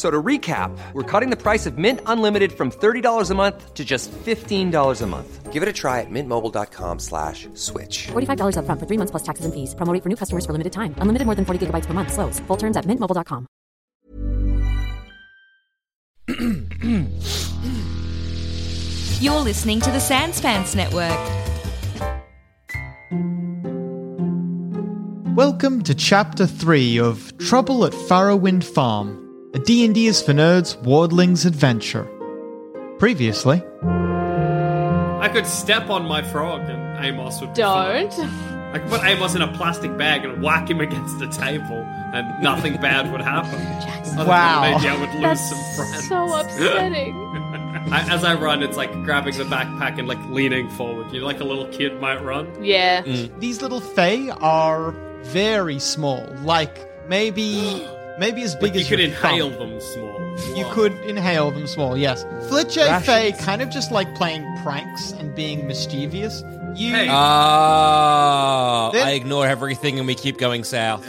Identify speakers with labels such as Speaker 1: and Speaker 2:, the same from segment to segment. Speaker 1: So to recap, we're cutting the price of Mint Unlimited from $30 a month to just $15 a month. Give it a try at mintmobile.com slash switch.
Speaker 2: $45 up front for three months plus taxes and fees. Promote for new customers for limited time. Unlimited more than 40 gigabytes per month. Slows. Full terms at mintmobile.com.
Speaker 3: You're listening to the Sanspants Network.
Speaker 4: Welcome to Chapter 3 of Trouble at Farrowwind Farm, a D&D is for Nerds Wardling's adventure. Previously,
Speaker 5: I could step on my frog and Amos would be fine.
Speaker 6: Don't.
Speaker 5: I could put Amos in a plastic bag and whack him against the table and nothing bad would happen. Other
Speaker 4: Wow.
Speaker 5: than Maybe I would lose some friends.
Speaker 6: That's so upsetting.
Speaker 5: I, as I run, it's like grabbing the backpack and like leaning forward. You know, like a little kid might run.
Speaker 6: yeah.
Speaker 4: these little fae are very small, like maybe maybe as big
Speaker 5: Like you
Speaker 4: as
Speaker 5: could
Speaker 4: your thumb.
Speaker 5: inhale them small.
Speaker 4: You
Speaker 5: Whoa.
Speaker 4: could inhale them small, yes. Flitche Fae kind of just like playing pranks and being mischievous. You
Speaker 5: Hey.
Speaker 7: Oh,
Speaker 4: Then-
Speaker 7: I ignore everything and we keep going south.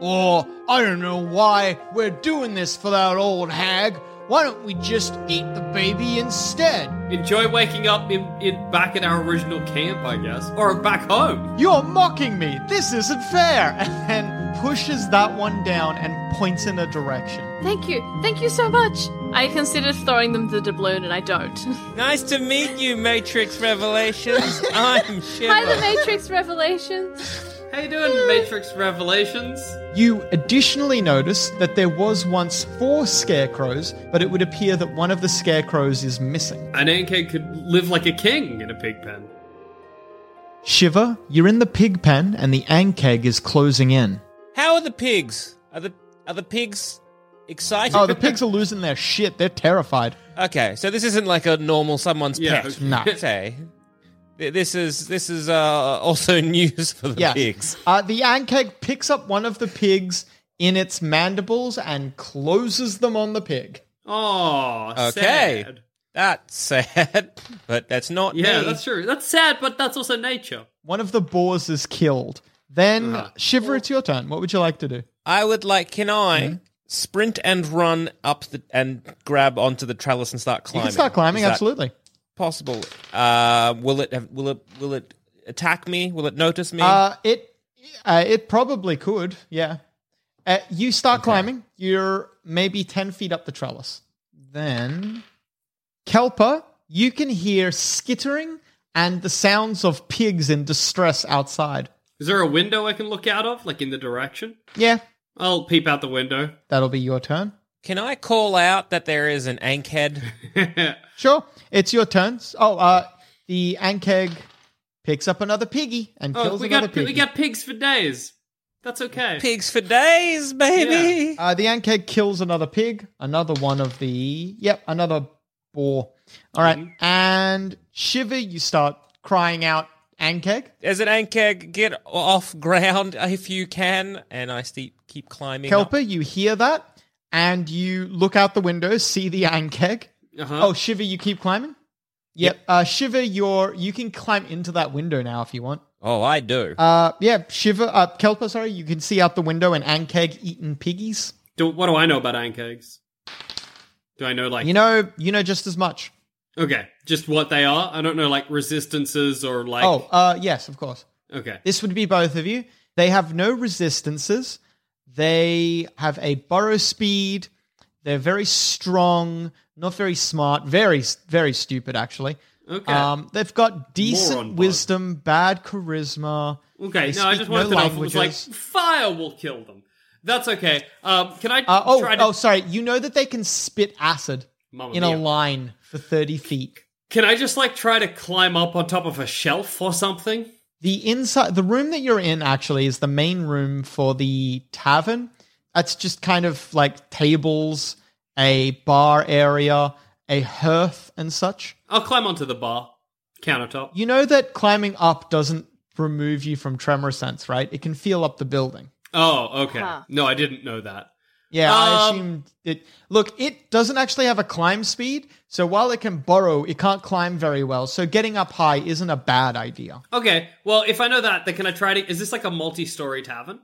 Speaker 4: Or, I don't know why we're doing this for that old hag. Why don't we just eat the baby instead?
Speaker 5: Enjoy waking up in, in back at our original camp, I guess, or back home.
Speaker 4: You're mocking me! This isn't fair! And then pushes that one down and points in a direction.
Speaker 6: Thank you. Thank you so much. I considered throwing them to the doubloon and I don't.
Speaker 7: nice to meet you, Matrix Revelations. I'm Shiver.
Speaker 6: Hi, the Matrix Revelations.
Speaker 5: How you
Speaker 6: Hmm.
Speaker 5: doing, Matrix Revelations?
Speaker 4: You additionally notice that there was once four scarecrows, but it would appear that one of the scarecrows is missing.
Speaker 5: An Anke could live like a king in a pig pen.
Speaker 4: Shiva, you're in the pig pen and the Ankeg is closing in.
Speaker 7: How are the pigs? Are the are the pigs excited?
Speaker 4: Oh, the pigs are losing their shit. They're terrified.
Speaker 7: okay, so this isn't like a normal someone's
Speaker 5: Yeah,
Speaker 7: pet.
Speaker 5: okay. No.
Speaker 7: Okay. Th- This is this is uh, also news for the
Speaker 4: Yeah.
Speaker 7: pigs.
Speaker 4: Uh, the Ankeg picks up one of the pigs in its mandibles and closes them on the pig.
Speaker 5: Oh,
Speaker 7: Okay.
Speaker 5: sad.
Speaker 7: That's sad, but that's not
Speaker 5: Yeah,
Speaker 7: me.
Speaker 5: that's true. That's sad, but that's also nature.
Speaker 4: One of the boars is killed. Then, Shiva, it's your turn. What would you like to do?
Speaker 7: I would like. Can I
Speaker 4: Hmm?
Speaker 7: sprint and run up the and grab onto the trellis and start
Speaker 4: You
Speaker 7: climbing?
Speaker 4: can start climbing,
Speaker 7: Is that
Speaker 4: absolutely.
Speaker 7: Possible. Uh, will it? Have, will it? Will it attack me? Will it notice me?
Speaker 4: Uh, it uh, it probably could, yeah. Uh, you start climbing. You're maybe 10 feet up the trellis. Then, Kelpa, you can hear skittering and the sounds of pigs in distress outside.
Speaker 5: Is there a window I can look out of, like in the direction?
Speaker 4: Yeah,
Speaker 5: I'll peep out the window.
Speaker 4: that'll be your turn.
Speaker 7: Can I call out that there is an ankhead?
Speaker 5: Oh,
Speaker 4: Sure, it's your turn. Oh, uh, the Ankeg picks up another piggy and
Speaker 5: Oh,
Speaker 4: kills
Speaker 5: we
Speaker 4: another
Speaker 5: got
Speaker 4: piggy.
Speaker 5: we got pigs for days. That's okay.
Speaker 7: Pigs for days, baby.
Speaker 4: Uh, the Ankeg kills another pig, another one of the. Yep, another boar. All right, and Shiva, you start crying out, Ankeg.
Speaker 7: As an ankhead, get off ground if you can. And I steep, keep climbing. up.
Speaker 4: Kelper, you hear that, and you look out the window, see the Ankeg.
Speaker 5: Uh-huh.
Speaker 4: Oh, Shiva, you keep climbing. Yep, Uh, Shiva, you're you can climb into that window now if you want.
Speaker 7: Oh, I do.
Speaker 4: Uh, yeah, Shiva, uh, Kelper, sorry, you can see out the window an Ankeg eating piggies.
Speaker 5: do, what do I know about ankegs? Do I know like
Speaker 4: You know, you know just as much.
Speaker 5: Okay, just what they are. I don't know like resistances or like.
Speaker 4: Oh, uh, yes, of course.
Speaker 5: okay.
Speaker 4: This would be both of you. They have no resistances. They have a burrow speed. They're very strong, not very smart, very, very stupid, actually.
Speaker 5: Okay.
Speaker 4: Um, they've got
Speaker 5: Moron
Speaker 4: decent
Speaker 5: bug.
Speaker 4: wisdom, bad charisma.
Speaker 5: okay.
Speaker 4: they
Speaker 5: No, I
Speaker 4: speak
Speaker 5: just wanted
Speaker 4: no
Speaker 5: to know if it was like
Speaker 4: languages.
Speaker 5: fire will kill them. That's okay. Um, can I
Speaker 4: Uh, oh,
Speaker 5: try to?
Speaker 4: oh, sorry. You know that they can spit acid
Speaker 5: Mamma
Speaker 4: in a
Speaker 5: mia.
Speaker 4: line for 30 feet.
Speaker 5: Can I just like try to climb up on top of a shelf or something?
Speaker 4: The inside, the room that you're in actually is the main room for the tavern. That's just kind of like tables, a bar area, a hearth, and such.
Speaker 5: I'll climb onto the bar countertop.
Speaker 4: You know that climbing up doesn't remove you from tremor sense, right? It can feel up the building.
Speaker 5: Oh, okay.
Speaker 6: Huh.
Speaker 5: No, I didn't know that.
Speaker 4: Yeah, I
Speaker 5: Um,
Speaker 4: assumed it. Look, it doesn't actually have a climb speed, so while it can burrow, it can't climb very well. So getting up high isn't a bad idea.
Speaker 5: Okay. Well, if I know that, then can I try to? Is this like a multi-story tavern?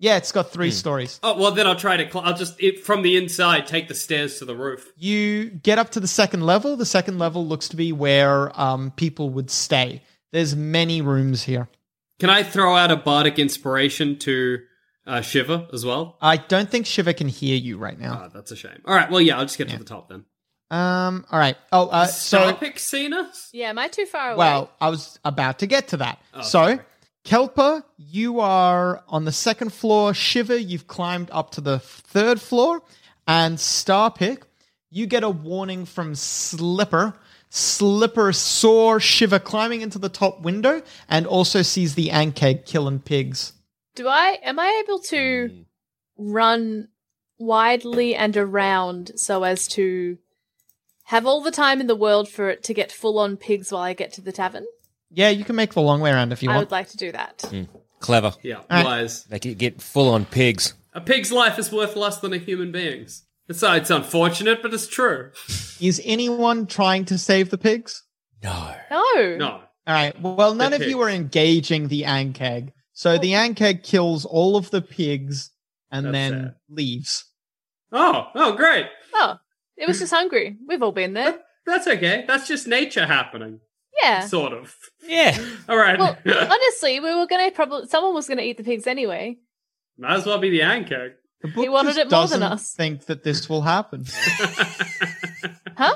Speaker 4: Yeah, it's got three stories.
Speaker 5: Oh, well, then I'll try to. Cl- I'll just it, from the inside take the stairs to the roof.
Speaker 4: You get up to the second level. The second level looks to be where um, people would stay. There's many rooms here.
Speaker 5: Can I throw out a bardic inspiration to uh, Shiver as well?
Speaker 4: I don't think Shiva can hear you right now.
Speaker 5: Ah, that's a shame. All right. Well, yeah, I'll just get to the top then.
Speaker 4: Um, all right. Oh, uh,
Speaker 5: Star
Speaker 4: so
Speaker 5: Pixina?
Speaker 6: Yeah, am I too far away?
Speaker 4: well, I was about to get to that.
Speaker 6: Oh,
Speaker 4: so, Kelpa, you are on the second floor. Shiva, you've climbed up to the third floor, and Starpick, you get a warning from Slipper. Slipper saw Shiva climbing into the top window and also sees the Ankeg killing pigs.
Speaker 6: do I am I able
Speaker 4: mm.
Speaker 6: to run widely and around so as to have all the time in the world for it to get full on pigs while I get to the tavern?
Speaker 4: Yeah, you can make the long way around if you
Speaker 6: I
Speaker 4: want. Mm.
Speaker 6: would like to do that.
Speaker 7: Clever.
Speaker 5: Yeah,
Speaker 4: right.
Speaker 5: wise.
Speaker 7: They could get full on pigs.
Speaker 5: A pig's life is worth less than a human being's. It's, uh, it's unfortunate, but it's true.
Speaker 4: Is anyone trying to save the pigs?
Speaker 7: No.
Speaker 6: No.
Speaker 5: No.
Speaker 4: All right. Well, none of
Speaker 5: pigs.
Speaker 4: you are engaging the Ankeg. So the Ankeg kills all of the pigs and
Speaker 5: That's
Speaker 4: then
Speaker 5: sad.
Speaker 4: leaves.
Speaker 5: Oh, oh, great.
Speaker 6: Oh, it was just hungry. We've all been there.
Speaker 5: That's okay. That's just nature happening,
Speaker 6: Yeah.
Speaker 5: sort of.
Speaker 7: Yeah.
Speaker 5: All right.
Speaker 6: Well, honestly, we were gonna probably someone was gonna eat the pigs anyway.
Speaker 5: Might as well be the anchor.
Speaker 4: The book
Speaker 6: wanted
Speaker 4: just
Speaker 6: it more
Speaker 4: doesn't
Speaker 6: than us.
Speaker 4: think that this will happen.
Speaker 6: Huh?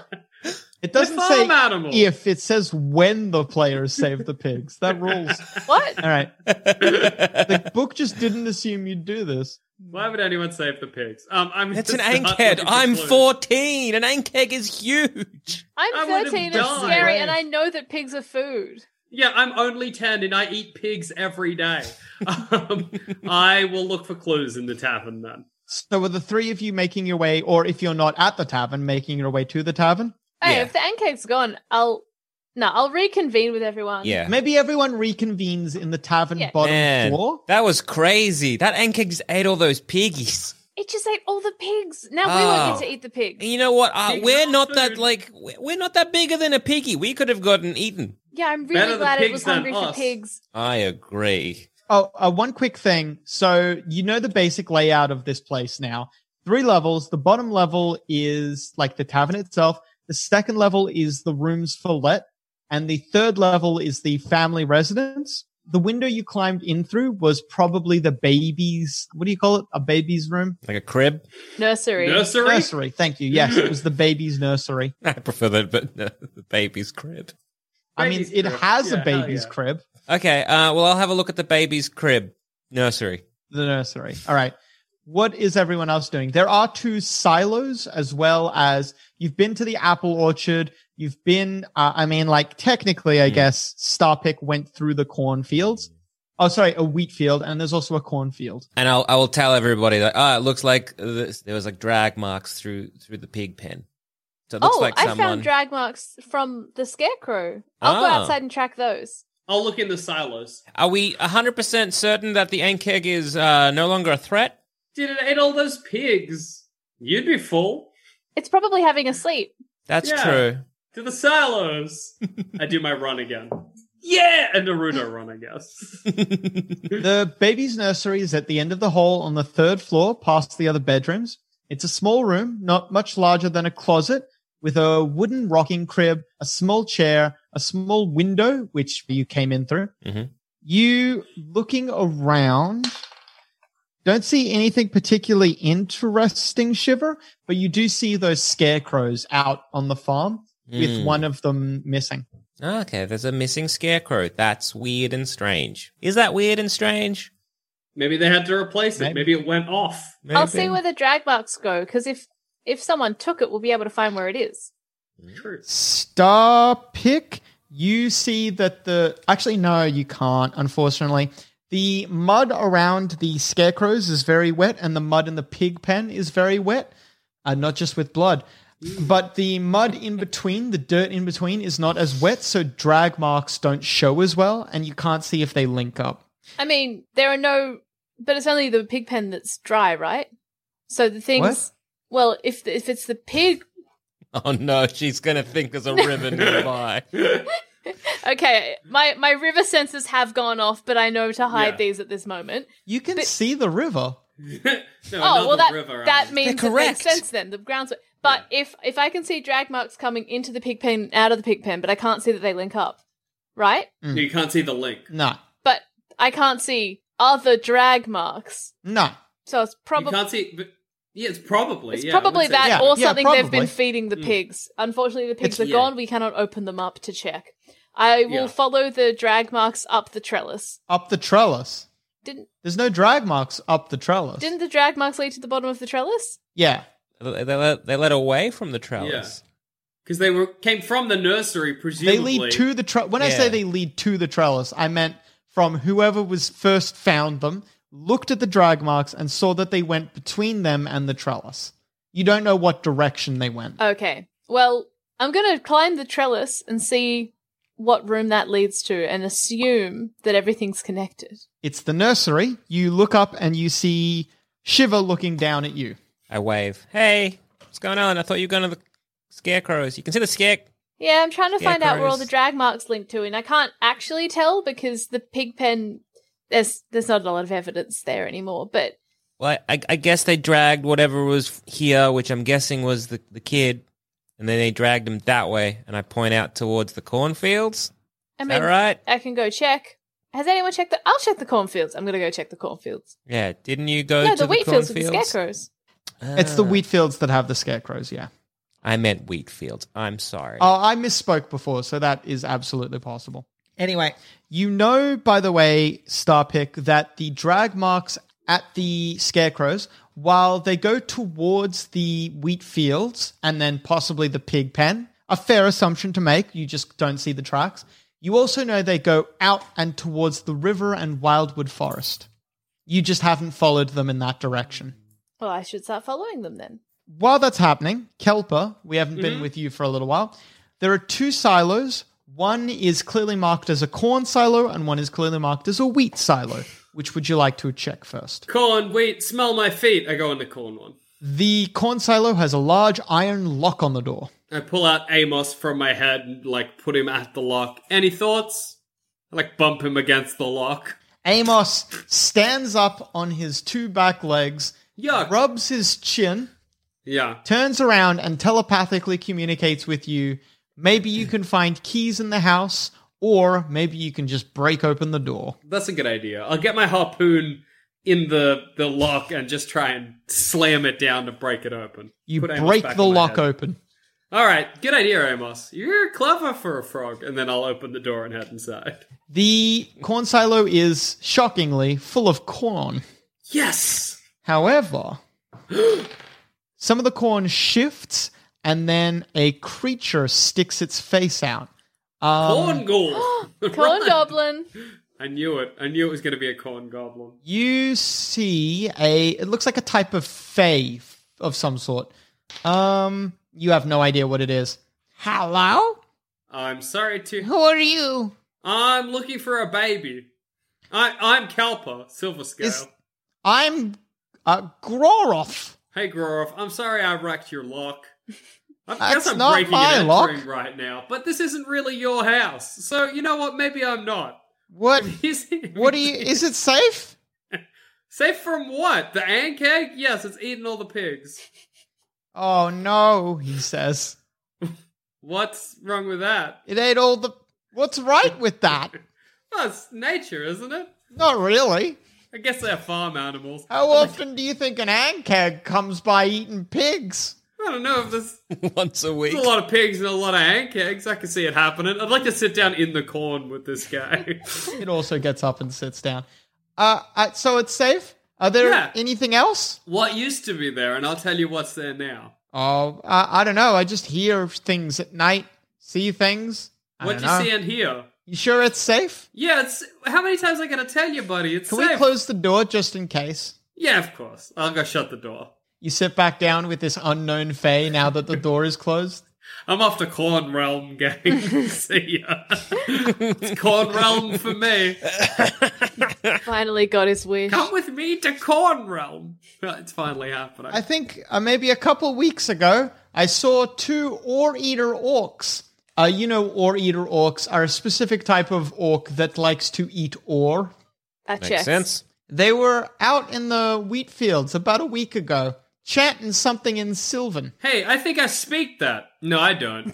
Speaker 4: It doesn't
Speaker 5: farm
Speaker 4: say
Speaker 5: animals.
Speaker 4: if it says when the players save the pigs. That rules.
Speaker 6: What?
Speaker 4: All right. The book just didn't assume you'd do this.
Speaker 5: Why would anyone save the pigs? Um, I'm
Speaker 7: It's an
Speaker 5: gonna start
Speaker 7: ankhead.
Speaker 5: looking for
Speaker 7: I'm
Speaker 5: clues.
Speaker 7: 14. An ankeg is huge.
Speaker 5: I
Speaker 6: I'm
Speaker 5: would've
Speaker 6: 13 and
Speaker 5: died.
Speaker 6: scary, and I know that pigs are food.
Speaker 5: Yeah, I'm only ten, and I eat pigs every day. um, I will look for clues in the tavern then.
Speaker 4: So, are the three of you making your way, or if you're not at the tavern, making your way to the tavern?
Speaker 6: Hey,
Speaker 7: Yeah.
Speaker 6: if the ancake's gone, I'll no, I'll reconvene with everyone.
Speaker 7: Yeah.
Speaker 4: Maybe everyone reconvenes in the tavern
Speaker 6: Yeah.
Speaker 4: bottom
Speaker 7: Man,
Speaker 4: floor.
Speaker 7: that was crazy. That ankeg just ate all those piggies.
Speaker 6: It just ate all the pigs. Now we won't
Speaker 7: Oh.
Speaker 6: get to eat the pigs.
Speaker 7: You know what? Uh,
Speaker 5: Pigs
Speaker 7: we're
Speaker 5: are
Speaker 7: not that
Speaker 5: food.
Speaker 7: like we- we're not that bigger than a piggy. We could have gotten eaten.
Speaker 6: Yeah, I'm
Speaker 5: Better
Speaker 6: really
Speaker 5: the
Speaker 6: glad it
Speaker 5: pigs
Speaker 6: was
Speaker 5: than
Speaker 6: hungry for
Speaker 5: us.
Speaker 6: pigs.
Speaker 7: I agree.
Speaker 4: Oh, uh, one quick thing. So you know the basic layout of this place now. Three levels. The bottom level is like the tavern itself. The second level is the rooms for let, and the third level is the family residence. The window you climbed in through was probably the baby's. What do you call it? A baby's room?
Speaker 7: Like a crib.
Speaker 6: Nursery.
Speaker 5: Nursery.
Speaker 4: Nursery. Thank you. Yes, it was the baby's nursery.
Speaker 7: I prefer that, but no, the baby's crib.
Speaker 4: I mean,
Speaker 5: Baby's
Speaker 4: it
Speaker 5: crib.
Speaker 4: has a
Speaker 5: Yeah, hell
Speaker 4: baby's
Speaker 5: yeah.
Speaker 4: crib.
Speaker 7: Okay. Uh, well, I'll have a look at the baby's crib nursery.
Speaker 4: the nursery. All right. What is everyone else doing? There are two silos as well as you've been to the apple orchard. You've been, uh, I mean, like technically, I guess Starpick went through the cornfields. Oh, sorry, a wheat field. And there's also a cornfield.
Speaker 7: And I'll I will tell everybody that ah, it looks like this, there was like drag marks through through the pig pen. So it looks
Speaker 6: Oh,
Speaker 7: like
Speaker 6: I
Speaker 7: someone.
Speaker 6: found drag marks from the scarecrow. I'll go
Speaker 7: Ah.
Speaker 6: outside and track those.
Speaker 5: I'll look in the silos.
Speaker 7: Are we hundred percent certain that the ankeg is uh, no longer a threat?
Speaker 5: Did it eat all those pigs? You'd be full.
Speaker 6: It's probably having a sleep.
Speaker 7: That's
Speaker 5: Yeah.
Speaker 7: true.
Speaker 5: To the silos. I do my run again. Yeah, a Naruto run, I guess.
Speaker 4: The baby's nursery is at the end of the hall on the third floor past the other bedrooms. It's a small room, not much larger than a closet with a wooden rocking crib, a small chair, a small window, which you came in through.
Speaker 7: Mhm.
Speaker 4: You looking around. Don't see anything particularly interesting, Shiver, but you do see those scarecrows out on the farm with
Speaker 7: Mm.
Speaker 4: one of them missing.
Speaker 7: Okay, there's a missing scarecrow. That's weird and strange. Is that weird and strange?
Speaker 5: Maybe they had to replace it.
Speaker 4: Maybe.
Speaker 5: Maybe it went off.
Speaker 6: I'll see where the drag marks go because if if someone took it, we'll be able to find where it is. Mm.
Speaker 5: True.
Speaker 4: star pick, you see that the actually no, you can't. Unfortunately, the mud around the scarecrows is very wet, and the mud in the pig pen is very wet, uh, not just with blood. But the mud in between, the dirt in between, is not as wet, so drag marks don't show as well, and you can't see if they link up.
Speaker 6: I mean, there are no, but it's only the pig pen that's dry, right? So the things.
Speaker 4: What?
Speaker 6: Well, if if it's the pig,
Speaker 7: Oh no, she's gonna think there's a ribbon nearby.
Speaker 6: okay. My my river senses have gone off, but I know to hide
Speaker 5: Yeah.
Speaker 6: these at this moment.
Speaker 4: You can see the river.
Speaker 5: No,
Speaker 6: Oh well, that
Speaker 5: um,
Speaker 6: that
Speaker 7: They're
Speaker 6: means it makes
Speaker 7: correct.
Speaker 6: sense then. The grounds. But if if I can see drag marks coming into the pig pen, out of the pig pen, but I can't see that they link up, right?
Speaker 4: Mm.
Speaker 5: you can't see the link.
Speaker 4: No,
Speaker 6: But I can't see other drag marks,
Speaker 4: no.
Speaker 6: so it's
Speaker 5: You
Speaker 6: probably
Speaker 5: can't see. But, yeah, it's probably.
Speaker 6: it's
Speaker 5: yeah, I would
Speaker 6: probably
Speaker 5: say
Speaker 6: that
Speaker 4: Yeah,
Speaker 6: or
Speaker 4: yeah,
Speaker 6: something they've
Speaker 4: probably.
Speaker 6: been feeding the pigs. Unfortunately, the pigs
Speaker 5: It's-
Speaker 6: are
Speaker 5: yeah.
Speaker 6: gone. We cannot open them up to check. I will
Speaker 5: Yeah.
Speaker 6: follow the drag marks up the trellis.
Speaker 4: Up the trellis.
Speaker 6: Didn't
Speaker 4: There's no drag marks up the trellis.
Speaker 6: didn't the drag marks lead to the bottom of the trellis?
Speaker 4: yeah.
Speaker 7: they, they let, they let away from the trellis.
Speaker 5: Because they were came from the nursery,
Speaker 4: They
Speaker 5: presumably.
Speaker 4: lead to the trellis. When I say
Speaker 7: Yeah.
Speaker 4: they lead to the trellis, I meant from whoever was first found them, looked at the drag marks, and saw that they went between them and the trellis. You don't know what direction they went.
Speaker 6: Okay. Well, I'm going to climb the trellis and see what room that leads to and assume that everything's connected.
Speaker 4: It's the nursery. You look up and you see Shiva looking down at you.
Speaker 7: I wave. Hey, what's going on? I thought you were going to the scarecrows. You can see the scare.
Speaker 6: Yeah, I'm trying to find out where all the
Speaker 7: Scarecrows.
Speaker 6: drag marks link to, and I can't actually tell because the pig pen. There's there's not a lot of evidence there anymore, but
Speaker 7: Well, I, I, I guess they dragged whatever was here, which I'm guessing was the, the kid, and then they dragged him that way. And I point out towards the cornfields.
Speaker 6: I
Speaker 7: Is
Speaker 6: mean,
Speaker 7: that right?
Speaker 6: I can go check. Has anyone checked the? I'll check the cornfields. I'm gonna go check the cornfields.
Speaker 7: Yeah, didn't you go
Speaker 6: no,
Speaker 7: to
Speaker 6: the wheat
Speaker 7: the
Speaker 6: fields with the
Speaker 7: cornfields?
Speaker 6: scarecrows.
Speaker 4: It's the
Speaker 7: Ah,
Speaker 4: wheat fields that have the scarecrows, yeah.
Speaker 7: I meant wheat fields. I'm sorry.
Speaker 4: Oh, I misspoke before, so that is absolutely possible. Anyway, you know, by the way, Starpick, that the drag marks at the scarecrows, while they go towards the wheat fields and then possibly the pig pen, a fair assumption to make, you just don't see the tracks. You also know they go out and towards the river and wildwood forest. You just haven't followed them in that direction.
Speaker 6: Well, I should start following them then.
Speaker 4: While that's happening, Kelper, we haven't been with you for a little while. There are two silos. One is clearly marked as a corn silo, and one is clearly marked as a wheat silo. Which would you like to check first?
Speaker 5: corn, wheat, smell my feet. I go in the corn one.
Speaker 4: The corn silo has a large iron lock on the door.
Speaker 5: I pull out Amos from my head and like put him at the lock. Any thoughts? I, like bump him against the lock.
Speaker 4: Amos stands up on his two back legs,
Speaker 5: Yuck.
Speaker 4: rubs his chin,
Speaker 5: yeah.
Speaker 4: turns around and telepathically communicates with you. Maybe you can find keys in the house, or maybe you can just break open the door.
Speaker 5: That's a good idea. I'll get my harpoon in the the lock and just try and slam it down to break it open.
Speaker 4: You
Speaker 5: Put Amos
Speaker 4: break
Speaker 5: back
Speaker 4: the
Speaker 5: on my
Speaker 4: lock
Speaker 5: head.
Speaker 4: open.
Speaker 5: All right, good idea, Amos. You're clever for a frog. And then I'll open the door and head inside.
Speaker 4: The corn silo is shockingly full of corn.
Speaker 5: Yes.
Speaker 4: However, some of the corn shifts and then a creature sticks its face out. Um,
Speaker 5: Corn ghoul.
Speaker 6: Corn goblin.
Speaker 5: I knew it. I knew it was going to be a corn goblin.
Speaker 4: You see a it looks like a type of fae f- of some sort. Um you have no idea what it is. Hello?
Speaker 5: I'm sorry to.
Speaker 4: Who are you?
Speaker 5: I'm looking for a baby. I, I'm Kalpa, Silver Scale.
Speaker 4: Is- I'm uh Groroth.
Speaker 5: Hey, Groroff, I'm sorry I wrecked your lock. I
Speaker 4: That's
Speaker 5: guess I'm
Speaker 4: not
Speaker 5: breaking
Speaker 4: my
Speaker 5: and
Speaker 4: lock.
Speaker 5: entering right now, but this isn't really your house. So, you know what? Maybe I'm not.
Speaker 4: What
Speaker 5: Is it-
Speaker 4: what are you is it safe?
Speaker 5: Safe from what? The ant cake? Yes, it's eating all the pigs.
Speaker 4: Oh no, he says.
Speaker 5: What's wrong with that?
Speaker 4: It ain't all the. What's right with that?
Speaker 5: That's nature, isn't it?
Speaker 4: Not really.
Speaker 5: I guess they're farm animals. I
Speaker 4: How often do you think an ankeg comes by eating pigs?
Speaker 5: don't know if there's,
Speaker 7: Once a week.
Speaker 5: there's a lot of pigs and a lot of ant cakes. I can see it happening. I'd like to sit down in the corn with this guy.
Speaker 4: It also gets up and sits down. Uh, uh, so it's safe. Are there
Speaker 5: Yeah.
Speaker 4: anything else?
Speaker 5: What used to be there, and I'll tell you what's there now.
Speaker 4: Oh, uh, I don't know. I just hear things at night, see things. I
Speaker 5: What do
Speaker 4: don't know.
Speaker 5: you see in here?
Speaker 4: You sure it's safe?
Speaker 5: Yeah, it's how many times I gotta tell you, buddy? It's
Speaker 4: Can
Speaker 5: safe.
Speaker 4: we close the door just in case?
Speaker 5: Yeah, of course. I'll go shut the door.
Speaker 4: You sit back down with this unknown Fae now that the door is closed.
Speaker 5: I'm off to Corn Realm, gang. see ya. it's Corn Realm for me.
Speaker 6: Finally got his wish.
Speaker 5: Come with me to Corn Realm. It's finally happening.
Speaker 4: I think uh, maybe a couple weeks ago, I saw two Ore Eater orcs. Uh, you know, Ore Eater orcs are a specific type of orc that likes to eat ore.
Speaker 6: That
Speaker 7: Makes
Speaker 6: checks.
Speaker 7: sense.
Speaker 4: They were out in the wheat fields about a week ago, chanting something in Sylvan.
Speaker 5: hey, I think I speak that. No, I don't.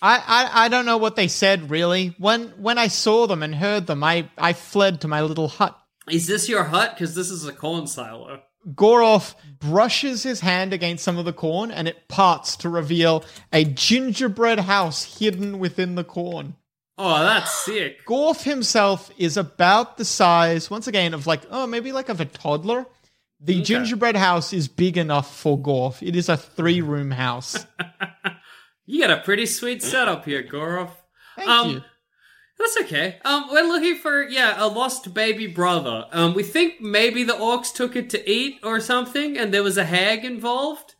Speaker 4: I, I, I don't know what they said really. When when I saw them and heard them, I, I fled to my little hut.
Speaker 5: Is this your hut? Because this is a corn silo.
Speaker 4: Goroff brushes his hand against some of the corn and it parts to reveal a gingerbread house hidden within the corn.
Speaker 5: Oh, that's sick.
Speaker 4: Gorf himself is about the size, once again, of like, oh, maybe like of a toddler. The gingerbread house is big enough for Gorf. It is a three room house.
Speaker 5: You got a pretty sweet setup here, Gorov.
Speaker 4: Thank
Speaker 5: Um,
Speaker 4: you.
Speaker 5: That's okay. Um, we're looking for yeah a lost baby brother. Um, we think maybe the orcs took it to eat or something, and there was a hag involved.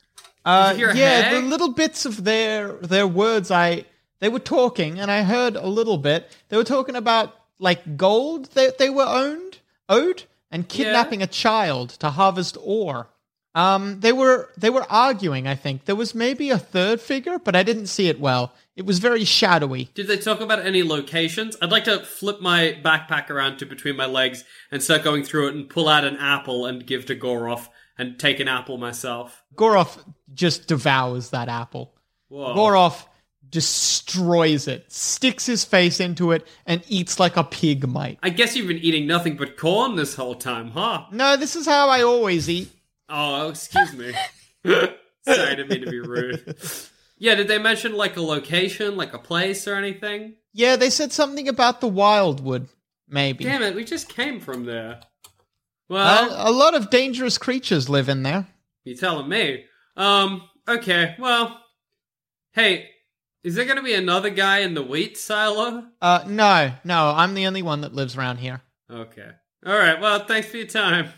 Speaker 4: Uh,
Speaker 5: you hear a
Speaker 4: yeah,
Speaker 5: hag?
Speaker 4: the little bits of their their words, I they were talking, and I heard a little bit. They were talking about like gold that they were owned, owed, and kidnapping a child to harvest ore. Um, they were they were arguing. I think there was maybe a third figure, but I didn't see it well. It was very shadowy.
Speaker 5: Did they talk about any locations? I'd like to flip my backpack around to between my legs and start going through it and pull out an apple and give to Gorov and take an apple myself.
Speaker 4: Goroff just devours that apple.
Speaker 5: Whoa.
Speaker 4: Goroff destroys it, sticks his face into it, and eats like a pig might.
Speaker 5: I guess you've been eating nothing but corn this whole time, huh?
Speaker 4: No, this is how I always eat.
Speaker 5: Oh, excuse me. Sorry, I didn't mean to be rude. Yeah, did they mention like a location, like a place or anything?
Speaker 4: Yeah, they said something about the wildwood, maybe.
Speaker 5: Damn it, we just came from there.
Speaker 4: Well, uh,
Speaker 5: Well,
Speaker 4: a lot of dangerous creatures live in there.
Speaker 5: you're telling me. Um, okay, well. Hey, is there gonna be another guy in the wheat silo?
Speaker 4: Uh, no, no, I'm the only one that lives around here.
Speaker 5: Okay. Alright, well, thanks for your time.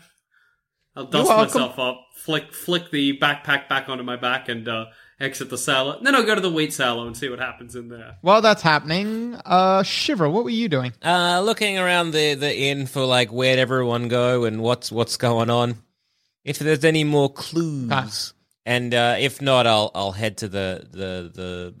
Speaker 5: I'll dust
Speaker 4: welcome.
Speaker 5: myself up, flick flick the backpack back onto my back and uh exit the silo. Then I'll go to the wheat silo and see what happens in there.
Speaker 4: While that's happening, uh, Shiver, what were you doing?
Speaker 7: Uh, looking around the, the inn for like where'd everyone go and what's what's going on. If there's any more clues,
Speaker 4: Ah.
Speaker 7: and uh, if not, I'll I'll head to the the the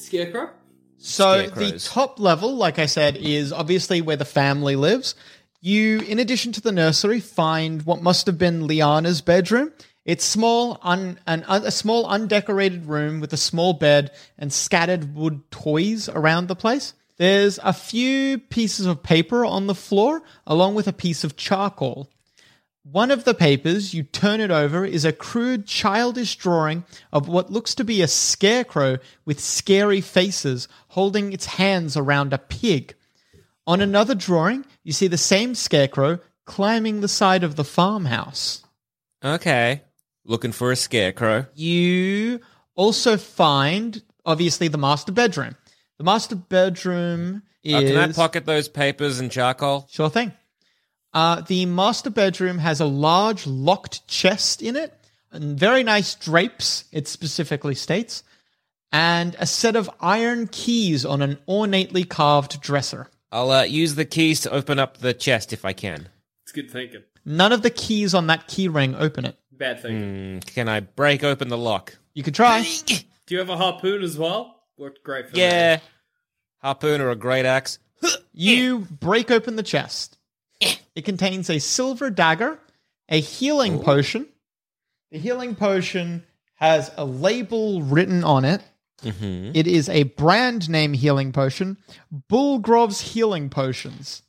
Speaker 5: Scarecrow?
Speaker 4: So the
Speaker 7: Scarecrows.
Speaker 4: top level, like I said, is obviously where the family lives. You, in addition to the nursery, find what must have been Liana's bedroom. It's small, un, an, un, a small undecorated room with a small bed and scattered wood toys around the place. There's a few pieces of paper on the floor, along with a piece of charcoal. One of the papers, you turn it over, is a crude, childish drawing of what looks to be a scarecrow with scary faces holding its hands around a pig. On another drawing, you see the same scarecrow climbing the side of the farmhouse.
Speaker 7: okay. Looking for a scarecrow.
Speaker 4: You also find, obviously, the master bedroom. The master bedroom is.
Speaker 7: Uh, can I pocket those papers and charcoal?
Speaker 4: Sure thing. Uh, the master bedroom has a large locked chest in it, and very nice drapes, it specifically states, and a set of iron keys on an ornately carved dresser.
Speaker 7: I'll uh, use the keys to open up the chest if I can.
Speaker 5: It's good thinking.
Speaker 4: None of the keys on that key ring open it.
Speaker 5: Bad thinking.
Speaker 4: Hmm.
Speaker 7: Mm, can I break open the lock?
Speaker 4: You could try.
Speaker 5: Do you have a harpoon as well? Worked great for
Speaker 7: Yeah, harpoon or a great axe.
Speaker 4: You break open the chest. It contains a silver dagger, a healing potion. The healing potion has a label written on it. It is a brand name healing potion, Bullgrove's Healing Potions.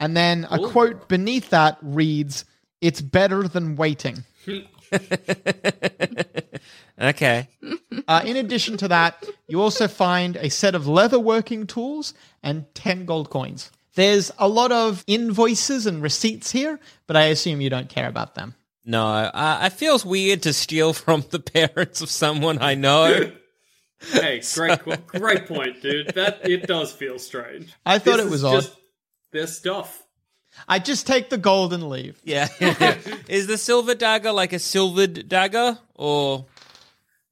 Speaker 4: And then a quote beneath that reads, It's better than waiting.
Speaker 7: Okay.
Speaker 4: Uh, in addition to that, you also find a set of leather working tools and 10 gold coins. There's a lot of invoices and receipts here, but I assume you don't care about them.
Speaker 7: No, uh, it feels weird to steal from the parents of someone I know.
Speaker 5: Hey, great, qu- great point, dude. That it does feel strange.
Speaker 4: I thought
Speaker 5: This
Speaker 4: it
Speaker 5: is
Speaker 4: was odd.
Speaker 5: just Their stuff.
Speaker 4: I just take the gold and leave.
Speaker 7: yeah. Is the silver dagger like a silvered dagger or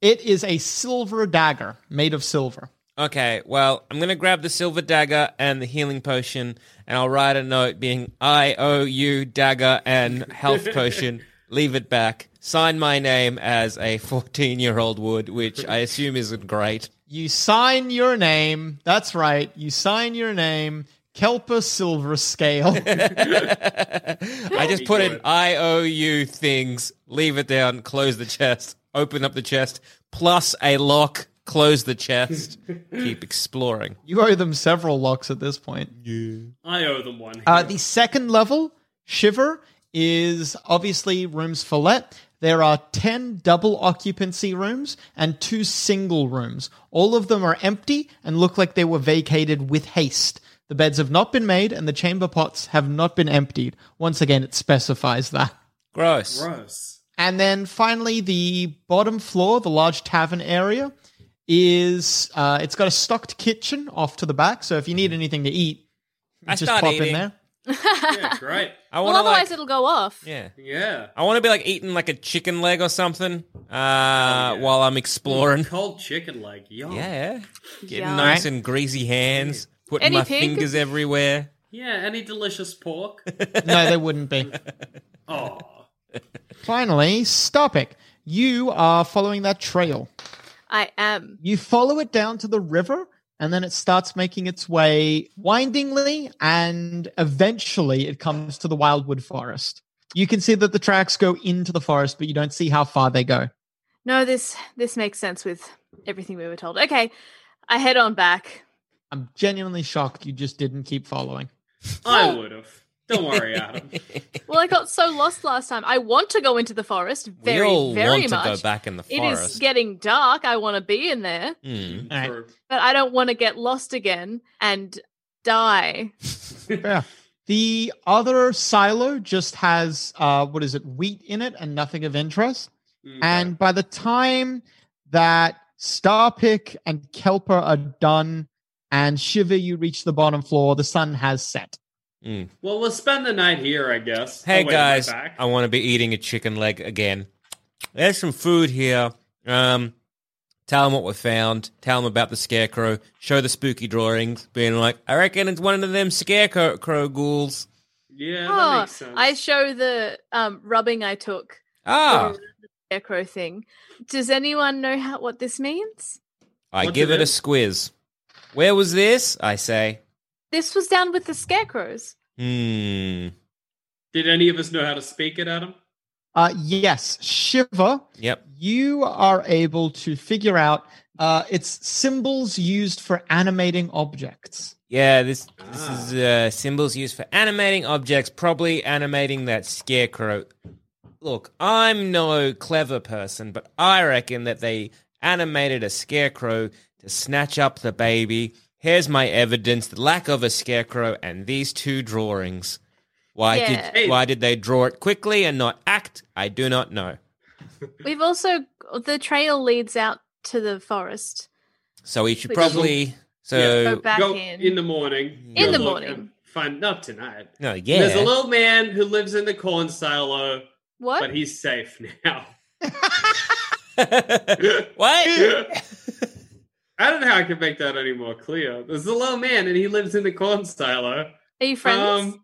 Speaker 4: It is a silver dagger made of silver.
Speaker 7: Okay, well, I'm going to grab the silver dagger and the healing potion, and I'll write a note being I owe you dagger and health potion. Leave it back. Sign my name as a 14 year old would, which I assume isn't great.
Speaker 4: You sign your name. That's right. You sign your name. Kelper Silver Scale.
Speaker 7: I just put in I owe you things, leave it down, close the chest, open up the chest, plus a lock, close the chest. Keep exploring.
Speaker 4: you owe them several locks at this point.
Speaker 5: I owe them one.
Speaker 4: Uh, the second level, Shiver, is obviously rooms for let. There are 10 double occupancy rooms and two single rooms. All of them are empty and look like they were vacated with haste. The beds have not been made and the chamber pots have not been emptied. Once again, it specifies that.
Speaker 7: Gross.
Speaker 5: Gross.
Speaker 4: And then finally, the bottom floor, the large tavern area, is uh, it's got a stocked kitchen off to the back. So if you need anything to eat,
Speaker 7: I
Speaker 4: just
Speaker 7: start
Speaker 4: pop in
Speaker 7: eating.
Speaker 4: there.
Speaker 5: Yeah, great.
Speaker 7: I
Speaker 6: Well,
Speaker 7: want to
Speaker 6: otherwise
Speaker 7: like,
Speaker 6: it'll go off.
Speaker 7: yeah.
Speaker 5: Yeah.
Speaker 7: I want to be like eating like a chicken leg or something uh, while I'm exploring.
Speaker 5: Cold chicken leg. Yum.
Speaker 7: Yeah, getting
Speaker 6: Yum.
Speaker 7: nice and greasy hands, putting
Speaker 6: Any
Speaker 7: my
Speaker 6: pig?
Speaker 7: fingers everywhere.
Speaker 5: Yeah, any delicious pork?
Speaker 4: No, they wouldn't be.
Speaker 5: Oh.
Speaker 4: Finally, Starpick, you are following that trail.
Speaker 6: I am.
Speaker 4: You follow it down to the river, and then it starts making its way windingly, and eventually it comes to the wildwood forest. You can see that the tracks go into the forest, but you don't see how far they go.
Speaker 6: No, this this makes sense with everything we were told. Okay, I head on back.
Speaker 4: I'm genuinely shocked you just didn't keep following.
Speaker 5: I would have. Don't worry, Adam.
Speaker 6: Well, I got so lost last time. I want to go into the forest very,
Speaker 7: we all
Speaker 6: very
Speaker 7: want
Speaker 6: much.
Speaker 7: to go back in the
Speaker 6: It is
Speaker 7: forest.
Speaker 6: getting dark. I want to be in there,
Speaker 7: Mm.
Speaker 4: All right.
Speaker 5: True.
Speaker 6: but I don't want to get lost again and die.
Speaker 4: Yeah. The other silo just has uh, what is it, wheat in it and nothing of interest.
Speaker 5: Okay.
Speaker 4: And by the time that Starpick and Kelper are done and Shiva, you reach the bottom floor, the sun has set.
Speaker 7: Mm.
Speaker 5: well, we'll spend the night here, I guess.
Speaker 7: Hey
Speaker 5: I'll wait on my
Speaker 7: guys,
Speaker 5: back.
Speaker 7: I want to be eating a chicken leg again. There's some food here. Um, tell them what we found. Tell them about the scarecrow. Show the spooky drawings. Being like, I reckon it's one of them scarecrow crow ghouls.
Speaker 5: Yeah, that
Speaker 6: Oh,
Speaker 5: makes sense.
Speaker 6: I show the um, rubbing I took
Speaker 7: Ah,
Speaker 6: for the scarecrow thing. Does anyone know how, what this means?
Speaker 7: I
Speaker 5: What's
Speaker 7: give
Speaker 5: it
Speaker 7: it a
Speaker 5: in?
Speaker 7: squiz. Where was this? I say.
Speaker 6: This was down with the scarecrows.
Speaker 7: Hmm.
Speaker 5: Did any of us know how to speak it, Adam?
Speaker 4: Uh, yes, Shiva,
Speaker 7: Yep.
Speaker 4: you are able to figure out uh, it's symbols used for animating objects.
Speaker 7: Yeah. This this
Speaker 5: Ah.
Speaker 7: is uh, symbols used for animating objects. Probably animating that scarecrow. Look, I'm no clever person, but I reckon that they animated a scarecrow to snatch up the baby. Here's my evidence: the lack of a scarecrow and these two drawings. Why
Speaker 6: Yeah.
Speaker 7: did why did they draw it quickly and not act? I do not know.
Speaker 6: We've also the trail leads out to the forest.
Speaker 7: So we should
Speaker 6: Which-
Speaker 7: probably so
Speaker 6: Go back
Speaker 5: Go
Speaker 6: in.
Speaker 5: the morning.
Speaker 6: In
Speaker 5: Go
Speaker 6: the
Speaker 5: look
Speaker 6: morning.
Speaker 5: and Find not tonight.
Speaker 7: no yeah.
Speaker 5: There's a little man who lives in the corn silo,
Speaker 6: what?
Speaker 5: but he's safe now.
Speaker 7: what?
Speaker 5: I don't know how I can make that any more clear. There's a little man and he lives in the corn silo.
Speaker 6: Are you friends?
Speaker 5: Um,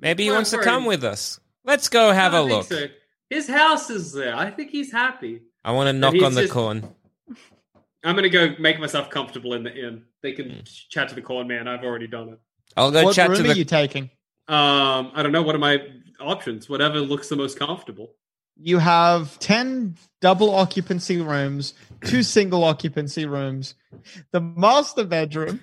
Speaker 7: Maybe he
Speaker 5: We're
Speaker 7: wants to
Speaker 5: worried.
Speaker 7: come with us. Let's go have
Speaker 5: I
Speaker 7: a
Speaker 5: think
Speaker 7: look.
Speaker 5: so. His house is there. I think he's happy.
Speaker 7: I want to knock
Speaker 5: he's
Speaker 7: on the
Speaker 5: just-
Speaker 7: corn.
Speaker 5: I'm gonna go make myself comfortable in the inn. They can ch- chat to the corn man. I've already done it.
Speaker 7: I'll go
Speaker 4: what
Speaker 7: chat
Speaker 4: room
Speaker 7: to
Speaker 4: are
Speaker 7: the.
Speaker 4: you taking?
Speaker 5: Um, I don't know. What are my options? Whatever looks the most comfortable.
Speaker 4: You have 10 double occupancy rooms, two single occupancy rooms, the master bedroom,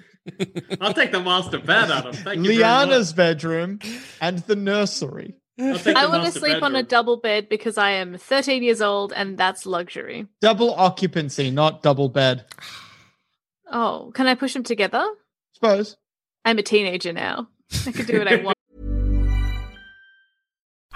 Speaker 5: I'll take the master bed, Adam. Thank you. very
Speaker 4: Liana's bedroom, and the nursery.
Speaker 5: much. I'll take
Speaker 6: I
Speaker 5: the
Speaker 6: want to
Speaker 5: master
Speaker 6: sleep on a
Speaker 5: bedroom.
Speaker 6: double bed because I am 13 years old and that's luxury.
Speaker 4: Double occupancy, not double bed.
Speaker 6: Oh, can I push them together?
Speaker 4: Suppose.
Speaker 6: I'm a teenager now. I could do what I want.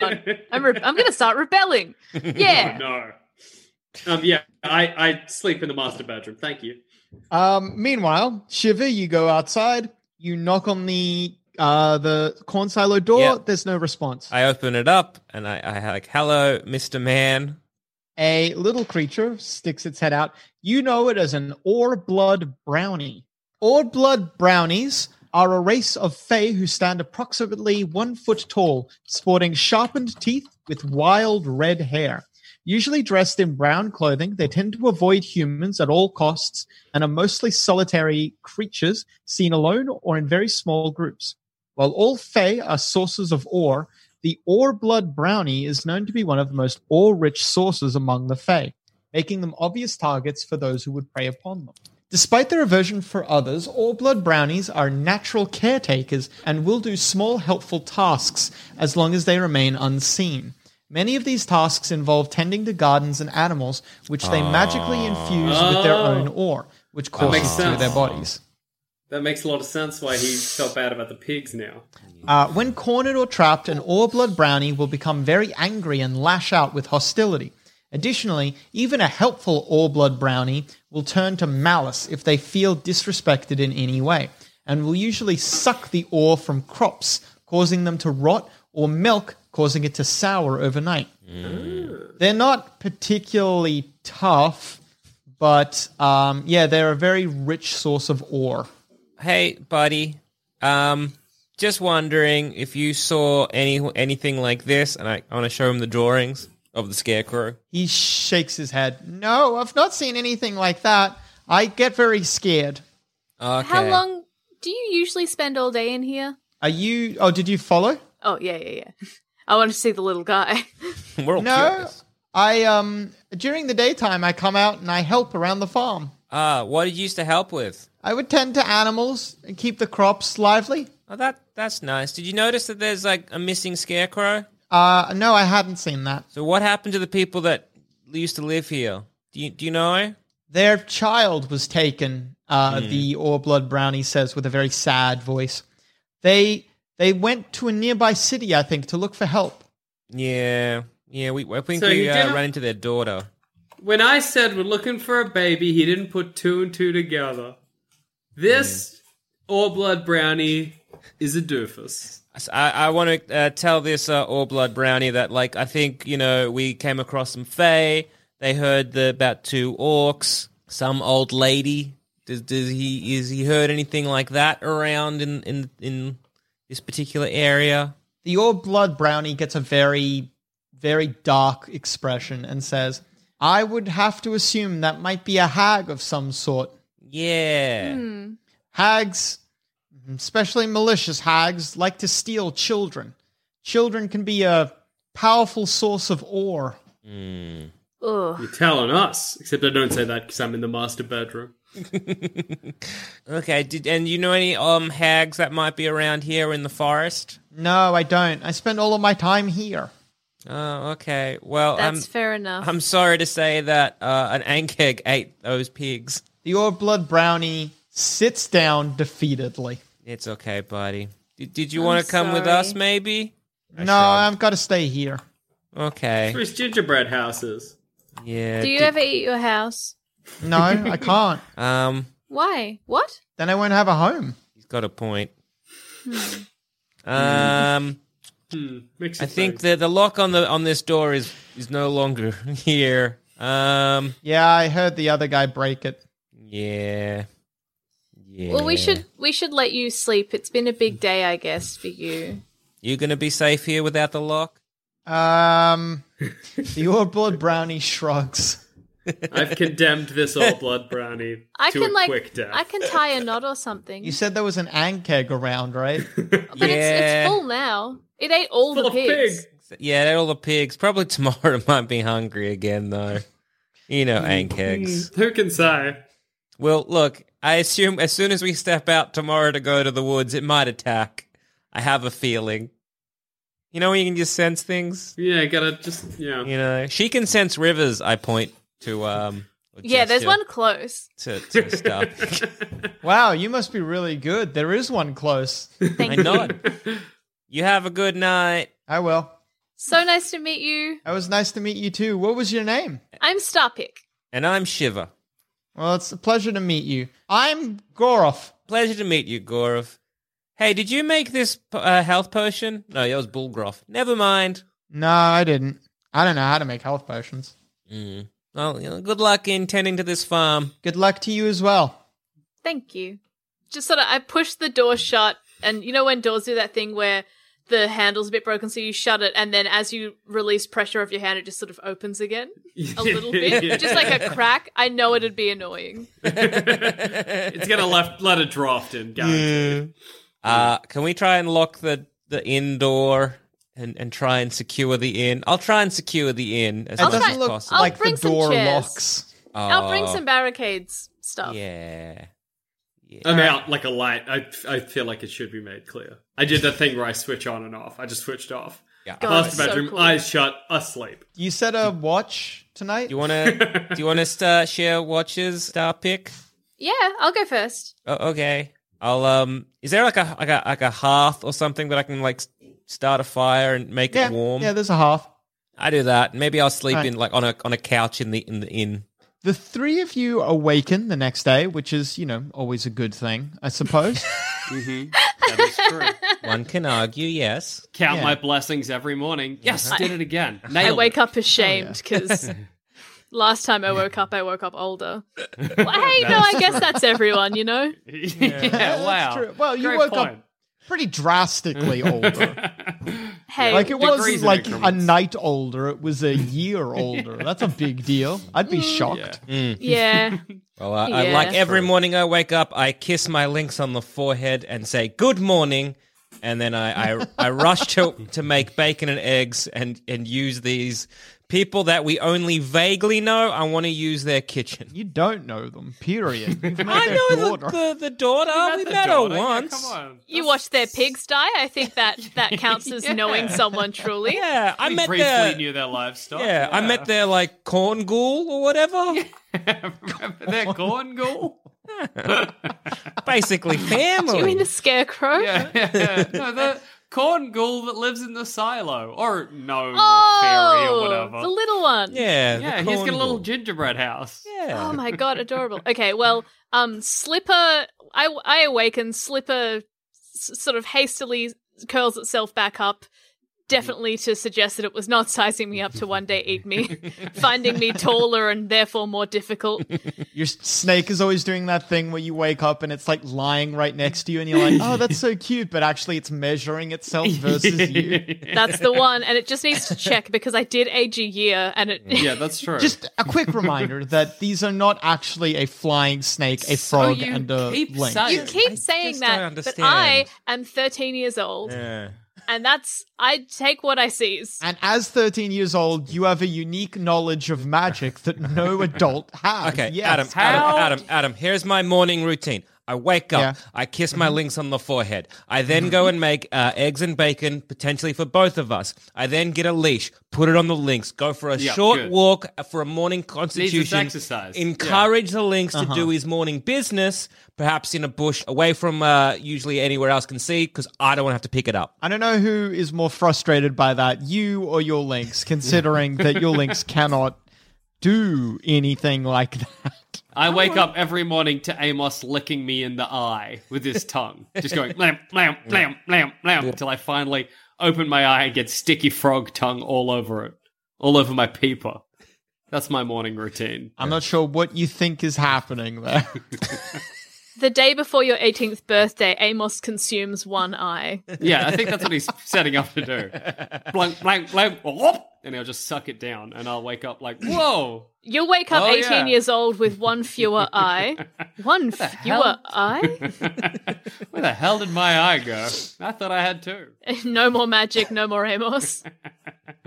Speaker 6: I'm, re- I'm going to start rebelling. Yeah.
Speaker 5: No. Um, yeah, I, I sleep in the master bedroom. Thank you.
Speaker 4: Um, meanwhile, Shiva, you go outside. You knock on the uh, the corn silo door.
Speaker 7: Yeah.
Speaker 4: There's no response.
Speaker 7: I open it up and I, I like, hello, Mr. Man.
Speaker 4: A little creature sticks its head out. You know it as an Or Blood Brownie. Or Blood Brownies are a race of Fey who stand approximately one foot tall, sporting sharpened teeth with wild red hair. Usually dressed in brown clothing, they tend to avoid humans at all costs and are mostly solitary creatures seen alone or in very small groups. While all Fey are sources of ore, the ore blood brownie is known to be one of the most ore rich sources among the Fey, making them obvious targets for those who would prey upon them. Despite their aversion for others, all blood brownies are natural caretakers and will do small helpful tasks as long as they remain unseen. Many of these tasks involve tending to gardens and animals, which they magically infuse with their own ore, which
Speaker 5: Oh. makes
Speaker 4: courses through
Speaker 5: sense.
Speaker 4: their bodies.
Speaker 5: That makes a lot of sense why he felt bad about the pigs now.
Speaker 4: Uh, when cornered or trapped, an ore blood brownie will become very angry and lash out with hostility. Additionally, even a helpful ore blood brownie will turn to malice if they feel disrespected in any way, and will usually suck the ore from crops, causing them to rot, or milk, causing it to sour overnight. They're not particularly tough, but um, yeah, they're a very rich source of ore.
Speaker 7: Hey, buddy. Um, just wondering if you saw any anything like this, and I, I want to show him the drawings of the scarecrow.
Speaker 4: He shakes his head. No, I've not seen anything like that. I get very scared.
Speaker 7: Okay.
Speaker 6: How long do you usually spend all day in here?
Speaker 4: Are you? Oh, did you follow?
Speaker 6: Oh, yeah, yeah, yeah. I want to see the little guy.
Speaker 7: We're all
Speaker 4: No.
Speaker 7: curious.
Speaker 4: I um during the daytime I come out and I help around the farm.
Speaker 7: Ah, what did you used to help with?
Speaker 4: I would tend to animals and keep the crops lively.
Speaker 7: Oh, that that's nice. Did you notice that there's like a missing scarecrow?
Speaker 4: Uh no, I hadn't seen that.
Speaker 7: So what happened to the people that used to live here? Do you do you know?
Speaker 4: Their child was taken, uh, the Or Blood Brownie says with a very sad voice. They they went to a nearby city, I think, to look for help.
Speaker 7: Yeah, yeah. We I think
Speaker 5: So
Speaker 7: we
Speaker 5: he
Speaker 7: uh,
Speaker 5: didn't-
Speaker 7: ran into their daughter.
Speaker 5: When I said we're looking for a baby, he didn't put two and two together. This all blood brownie is a doofus.
Speaker 7: So I, I want to uh, tell this uh, all blood brownie that, like, I think you know we came across some fae. They heard the, about two orcs, some old lady. Does, does he is he heard anything like that around in in in this particular area?
Speaker 4: The Your Blood Brownie gets a very, very dark expression and says, I would have to assume that might be a hag of some sort.
Speaker 7: Yeah,
Speaker 4: Hags, especially malicious hags, like to steal children. Children can be a powerful source of ore.
Speaker 6: Ugh.
Speaker 5: You're telling us. Except I don't say that because I'm in the master bedroom.
Speaker 7: okay. Did and you know any um hags that might be around here in the forest?
Speaker 4: No, I don't. I spend all of my time here.
Speaker 7: Oh, okay. Well,
Speaker 6: That's
Speaker 7: I'm
Speaker 6: fair enough.
Speaker 7: I'm sorry to say that uh, an ankeg ate those pigs.
Speaker 4: The Your Blood Brownie sits down defeatedly.
Speaker 7: It's okay, buddy. Did, did you want to come with
Speaker 6: sorry.
Speaker 7: us, maybe?
Speaker 4: no, I've got to stay here.
Speaker 7: Okay.
Speaker 5: Where's gingerbread houses?
Speaker 7: Yeah.
Speaker 6: do you
Speaker 7: di-
Speaker 6: ever eat your house?
Speaker 4: No, I can't.
Speaker 7: Um,
Speaker 6: Why? What?
Speaker 4: Then I won't have a home.
Speaker 7: he's got a point.
Speaker 6: Hmm.
Speaker 7: um,
Speaker 5: Hmm. Mix
Speaker 7: I
Speaker 5: of
Speaker 7: think
Speaker 5: things.
Speaker 7: the the lock on the on this door is is no longer here. Um,
Speaker 4: Yeah, I heard the other guy break it.
Speaker 7: yeah. Yeah.
Speaker 6: Well, we should we should let you sleep. It's been a big day, I guess, for you.
Speaker 7: You gonna be safe here without the lock?
Speaker 4: Um, the Your Blood Brownie shrugs.
Speaker 5: I've condemned this all blood brownie
Speaker 6: I
Speaker 5: to
Speaker 6: can
Speaker 5: a
Speaker 6: like
Speaker 5: quick death.
Speaker 6: I can tie a knot or something.
Speaker 4: You said there was an ang keg around, right?
Speaker 6: but it's, it's full now. It ate all
Speaker 5: Full
Speaker 6: the
Speaker 5: of pig.
Speaker 6: pigs.
Speaker 7: Yeah, they're all the pigs. Probably tomorrow might be hungry again, though. You know,
Speaker 5: Mm-hmm.
Speaker 7: ain't kegs.
Speaker 6: Hmm.
Speaker 5: Who can say?
Speaker 7: Well, look, I assume as soon as we step out tomorrow to go to the woods, it might attack. I have a feeling. You know, when you can just sense things.
Speaker 5: Yeah, gotta just you know.
Speaker 7: You know, she can sense rivers. I point to um. or
Speaker 6: Yeah, there's
Speaker 7: gesture
Speaker 6: one close.
Speaker 7: to, to stuff.
Speaker 4: wow, you must be really good. There is one close.
Speaker 7: I
Speaker 6: Thank you.
Speaker 7: nod. You have a good night.
Speaker 4: I will.
Speaker 6: So nice to meet you.
Speaker 4: That Oh, was nice to meet you too. What was your name?
Speaker 6: I'm Starpick.
Speaker 7: And I'm Shiva.
Speaker 4: Well, it's a pleasure to meet you. I'm Goroff.
Speaker 7: Pleasure to meet you, Gorov. Hey, did you make this p- uh, health potion? No, that was Bulgroff. Never mind.
Speaker 4: No, I didn't. I don't know how to make health potions.
Speaker 7: Mm. Well, you know, good luck in tending to this farm.
Speaker 4: Good luck to you as well.
Speaker 6: Thank you. Just sort of, I push the door shut, and you know when doors do that thing where the handle's a bit broken, so you shut it, and then as you release pressure of your hand, it just sort of opens again a little bit, just like a crack. I know it'd be annoying.
Speaker 5: It's gonna left, let a draft in, guys.
Speaker 7: Uh, can we try and lock the, the inn door and, and try and secure the inn? I'll try and secure the inn as
Speaker 4: It
Speaker 6: I'll try-
Speaker 7: much as
Speaker 4: doesn't look
Speaker 7: possible.
Speaker 6: I'll
Speaker 4: like the
Speaker 6: bring some
Speaker 4: door
Speaker 6: chairs.
Speaker 4: locks.
Speaker 6: I'll bring
Speaker 7: Oh,
Speaker 6: some barricades stuff.
Speaker 7: Yeah. Yeah.
Speaker 5: I'm out like a light. I, I feel like it should be made clear. I did that thing where I switch on and off. I just switched off.
Speaker 7: Yeah.
Speaker 6: God,
Speaker 5: Master
Speaker 6: so
Speaker 5: bedroom,
Speaker 6: cool.
Speaker 5: eyes shut, asleep.
Speaker 4: You said a watch tonight?
Speaker 7: Do you want to? do you want to start share watches? Star pick.
Speaker 6: Yeah, I'll go first.
Speaker 7: Oh, okay. I'll um. Is there like a like a like a hearth or something that I can like s- start a fire and make
Speaker 4: yeah,
Speaker 7: it warm?
Speaker 4: yeah, there's a half.
Speaker 7: I do that. Maybe I'll sleep
Speaker 4: Right.
Speaker 7: in like on a on a couch in the in the inn.
Speaker 4: The three of you awaken the next day, which is, you know, always a good thing, I suppose.
Speaker 5: That is true.
Speaker 7: One can argue, yes.
Speaker 5: Count
Speaker 4: Yeah.
Speaker 5: my blessings every
Speaker 7: Uh-huh.
Speaker 5: morning. Yes, did it again. Nailed
Speaker 6: I wake
Speaker 5: it. Oh,
Speaker 6: up ashamed because last time I woke up, I woke up older. Well, hey, no, I guess that's everyone, you know?
Speaker 5: yeah, wow.
Speaker 4: true. Well, you
Speaker 5: Great
Speaker 4: woke up-
Speaker 5: point.
Speaker 4: Pretty drastically older.
Speaker 6: Hey,
Speaker 4: Like it
Speaker 5: Degrees
Speaker 4: wasn't
Speaker 5: and
Speaker 4: like a
Speaker 5: increments.
Speaker 4: night older, it was a year older. That's a big deal. I'd
Speaker 5: Mm,
Speaker 4: be shocked.
Speaker 6: yeah.
Speaker 7: Well, Oh, I, I
Speaker 6: Yeah.
Speaker 7: like every morning I wake up, I kiss my links on the forehead and say good morning, and then I I, I rush to to make bacon and eggs and and use these people that we only vaguely know. I want to use their kitchen.
Speaker 4: You don't know them, period. You've met
Speaker 7: I
Speaker 4: their
Speaker 7: know the,
Speaker 4: daughter.
Speaker 7: the, the daughter. we
Speaker 5: The
Speaker 7: met
Speaker 5: daughter,
Speaker 7: her
Speaker 5: yeah,
Speaker 7: once.
Speaker 5: come on.
Speaker 6: You watched their pigs die. I think that that counts as knowing someone truly.
Speaker 7: Yeah, I
Speaker 5: We
Speaker 7: met
Speaker 5: briefly
Speaker 7: their.
Speaker 5: knew their livestock.
Speaker 7: yeah, I met their like corn ghoul or whatever.
Speaker 5: Remember their corn ghoul?
Speaker 7: Basically, family.
Speaker 6: You mean the scarecrow?
Speaker 5: Yeah, no, the corn ghoul that lives in the silo, or no, fairy or
Speaker 6: Oh,
Speaker 5: whatever.
Speaker 6: the little one.
Speaker 7: yeah, the
Speaker 5: yeah, he's got a
Speaker 7: corn
Speaker 5: little
Speaker 7: ghoul.
Speaker 5: gingerbread house.
Speaker 7: yeah.
Speaker 6: Oh my god, adorable. Okay, well, um, Slipper, I I awaken. Slipper s- sort of hastily curls itself back up. Definitely to suggest that it was not sizing me up to one day eat me, finding me taller and therefore more difficult.
Speaker 4: Your s- snake is always doing that thing where you wake up and it's like lying right next to you, and you're like, "Oh, that's so cute," but actually, it's measuring itself versus you.
Speaker 6: That's the one, and it just needs to check because I did age a year, and it
Speaker 5: Yeah, that's true.
Speaker 4: Just a quick reminder that these are not actually a flying snake, a frog,
Speaker 5: you
Speaker 4: and a
Speaker 5: keep
Speaker 4: lynx.
Speaker 5: saying-
Speaker 6: You keep
Speaker 7: I
Speaker 6: saying
Speaker 7: just don't
Speaker 6: that, but I
Speaker 7: understand.
Speaker 6: am 13 years old,
Speaker 7: Yeah.
Speaker 6: and that's I take what I seize.
Speaker 4: And as 13 years old, you have a unique knowledge of magic that no adult has.
Speaker 7: Okay,
Speaker 4: Yes.
Speaker 7: Adam, Adam, Adam, Adam, here's my morning routine. I wake up,
Speaker 4: Yeah. Mm-hmm.
Speaker 7: I kiss my links on the forehead. I then go and make uh, eggs and bacon, potentially for both of us. I then get a leash, put it on the links, go for a
Speaker 5: Yeah,
Speaker 7: short
Speaker 5: good.
Speaker 7: walk for a morning constitution.
Speaker 5: exercise. Yeah.
Speaker 7: Encourage the links to
Speaker 4: Uh-huh.
Speaker 7: do his morning business, perhaps in a bush away from uh, usually anywhere else can see, because I don't want to have to pick it up.
Speaker 4: I don't know who is more frustrated by that, you or your links, considering that your links cannot do anything like that.
Speaker 5: I wake up every morning to Amos licking me in the eye with his tongue, just going lamp, lamp, lamp, lamp, lamp, until I finally open my eye and get sticky frog tongue all over it, all over my peeper. That's my morning routine.
Speaker 4: I'm not sure what you think is happening there.
Speaker 6: The day before your 18th birthday, Amos consumes one eye.
Speaker 5: Yeah, I think that's what he's setting up to do. Blank, blank, blank, whoop, and he'll just suck it down, and I'll wake up like, whoa.
Speaker 6: You'll wake up
Speaker 5: Oh,
Speaker 6: 18
Speaker 5: yeah.
Speaker 6: years old with one fewer eye. One fewer eye?
Speaker 5: Where the hell did my eye go? I thought I had two.
Speaker 6: No more magic, no more Amos.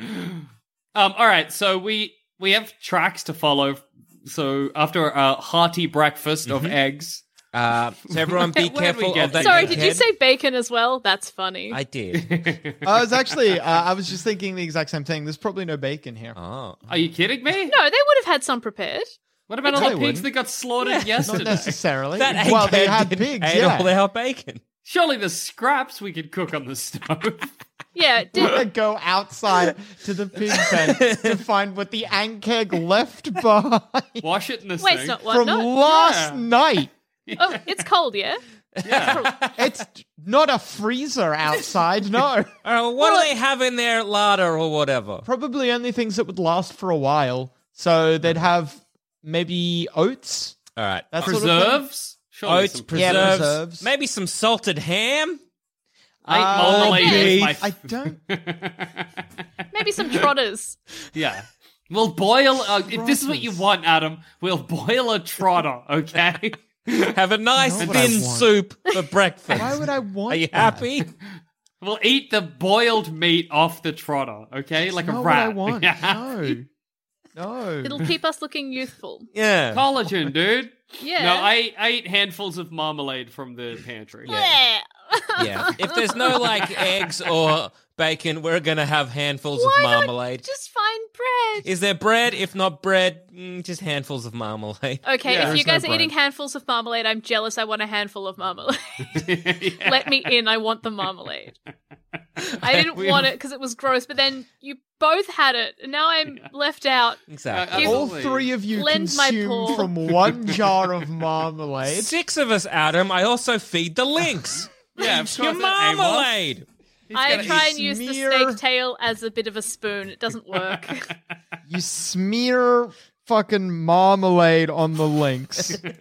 Speaker 5: Um, all right, so we we have tracks to follow. So after a hearty breakfast of eggs,
Speaker 7: Uh, so everyone
Speaker 5: Where
Speaker 7: be
Speaker 5: did we
Speaker 7: careful
Speaker 5: get
Speaker 7: of that.
Speaker 5: this?
Speaker 6: Sorry,
Speaker 7: egg
Speaker 6: did you
Speaker 7: head.
Speaker 6: say bacon as well? That's funny.
Speaker 7: I did.
Speaker 4: I was actually, uh, I was just thinking the exact same thing. There's probably no bacon here.
Speaker 7: Oh.
Speaker 5: are you kidding me?
Speaker 6: No, they would have had some prepared.
Speaker 5: What about
Speaker 4: No,
Speaker 5: all
Speaker 4: I
Speaker 5: the pigs
Speaker 4: wouldn't.
Speaker 5: that got slaughtered
Speaker 4: Not
Speaker 5: yesterday?
Speaker 4: necessarily.
Speaker 7: That
Speaker 4: well,
Speaker 7: egghead
Speaker 4: they had
Speaker 7: didn't
Speaker 4: pigs.
Speaker 7: ate
Speaker 4: Yeah.
Speaker 7: all their bacon.
Speaker 5: Surely the scraps we could cook on the stove.
Speaker 6: Yeah, did,
Speaker 4: go outside to the pig pen to find what the ankeg left behind
Speaker 5: Wash it in the
Speaker 6: wait,
Speaker 5: sink.
Speaker 6: it's not one.
Speaker 4: from
Speaker 6: No,
Speaker 4: last
Speaker 5: Yeah.
Speaker 4: night.
Speaker 6: oh, it's cold, yeah?
Speaker 5: Yeah.
Speaker 4: It's not a freezer outside, no.
Speaker 7: All right, well, what do they have in their larder or whatever?
Speaker 4: Probably only things that would last for a while. So they'd have maybe oats.
Speaker 7: All right.
Speaker 4: That sort of thing.
Speaker 5: preserves? Surely
Speaker 7: Oats,
Speaker 5: some
Speaker 7: preserves,
Speaker 4: Yeah, preserves.
Speaker 7: maybe some salted ham.
Speaker 5: I ate
Speaker 4: Uh,
Speaker 5: marmalade with my
Speaker 4: I don't.
Speaker 6: Maybe some trotters.
Speaker 5: Yeah. We'll boil. Uh, if this is what you want, Adam, we'll boil a trotter, okay?
Speaker 7: Have a nice
Speaker 4: Not what I
Speaker 7: thin
Speaker 4: want.
Speaker 7: soup for breakfast.
Speaker 4: Why would I want?
Speaker 7: Are you
Speaker 4: that?
Speaker 7: happy?
Speaker 5: we'll eat the boiled meat off the trotter, okay? Like
Speaker 4: Not
Speaker 5: a
Speaker 4: what
Speaker 5: rat.
Speaker 4: I want.
Speaker 5: Yeah.
Speaker 4: No, no.
Speaker 6: It'll keep us looking youthful.
Speaker 7: Yeah.
Speaker 5: Collagen, dude.
Speaker 6: Yeah.
Speaker 5: No, I, I ate handfuls of marmalade from the pantry.
Speaker 6: Yeah.
Speaker 7: yeah. If there's no like eggs or bacon, we're gonna have handfuls
Speaker 6: Why
Speaker 7: of
Speaker 6: not
Speaker 7: marmalade.
Speaker 6: Just find bread.
Speaker 7: Is there bread? If not bread, mm, just handfuls of marmalade.
Speaker 6: Okay,
Speaker 5: Yeah,
Speaker 6: if you
Speaker 5: there's no
Speaker 6: guys are eating
Speaker 5: bread.
Speaker 6: handfuls of marmalade, I'm jealous. I want a handful of marmalade.
Speaker 5: Yeah.
Speaker 6: Let me in. I want the marmalade. I didn't want it because it was gross, but then you both had it, and now I'm left out.
Speaker 7: Exactly.
Speaker 6: Give-
Speaker 4: All three of you
Speaker 6: Lend my paw.
Speaker 4: consumed from one jar of marmalade.
Speaker 7: Six of us, Adam. I also feed the lynx.
Speaker 5: Yeah, of
Speaker 7: Your
Speaker 5: course that Amos.
Speaker 7: marmalade.
Speaker 6: I
Speaker 5: gotta
Speaker 6: try
Speaker 4: eat
Speaker 6: and use the
Speaker 4: smear.
Speaker 6: snake tail as a bit of a spoon. It doesn't work.
Speaker 4: You smear fucking marmalade on the links.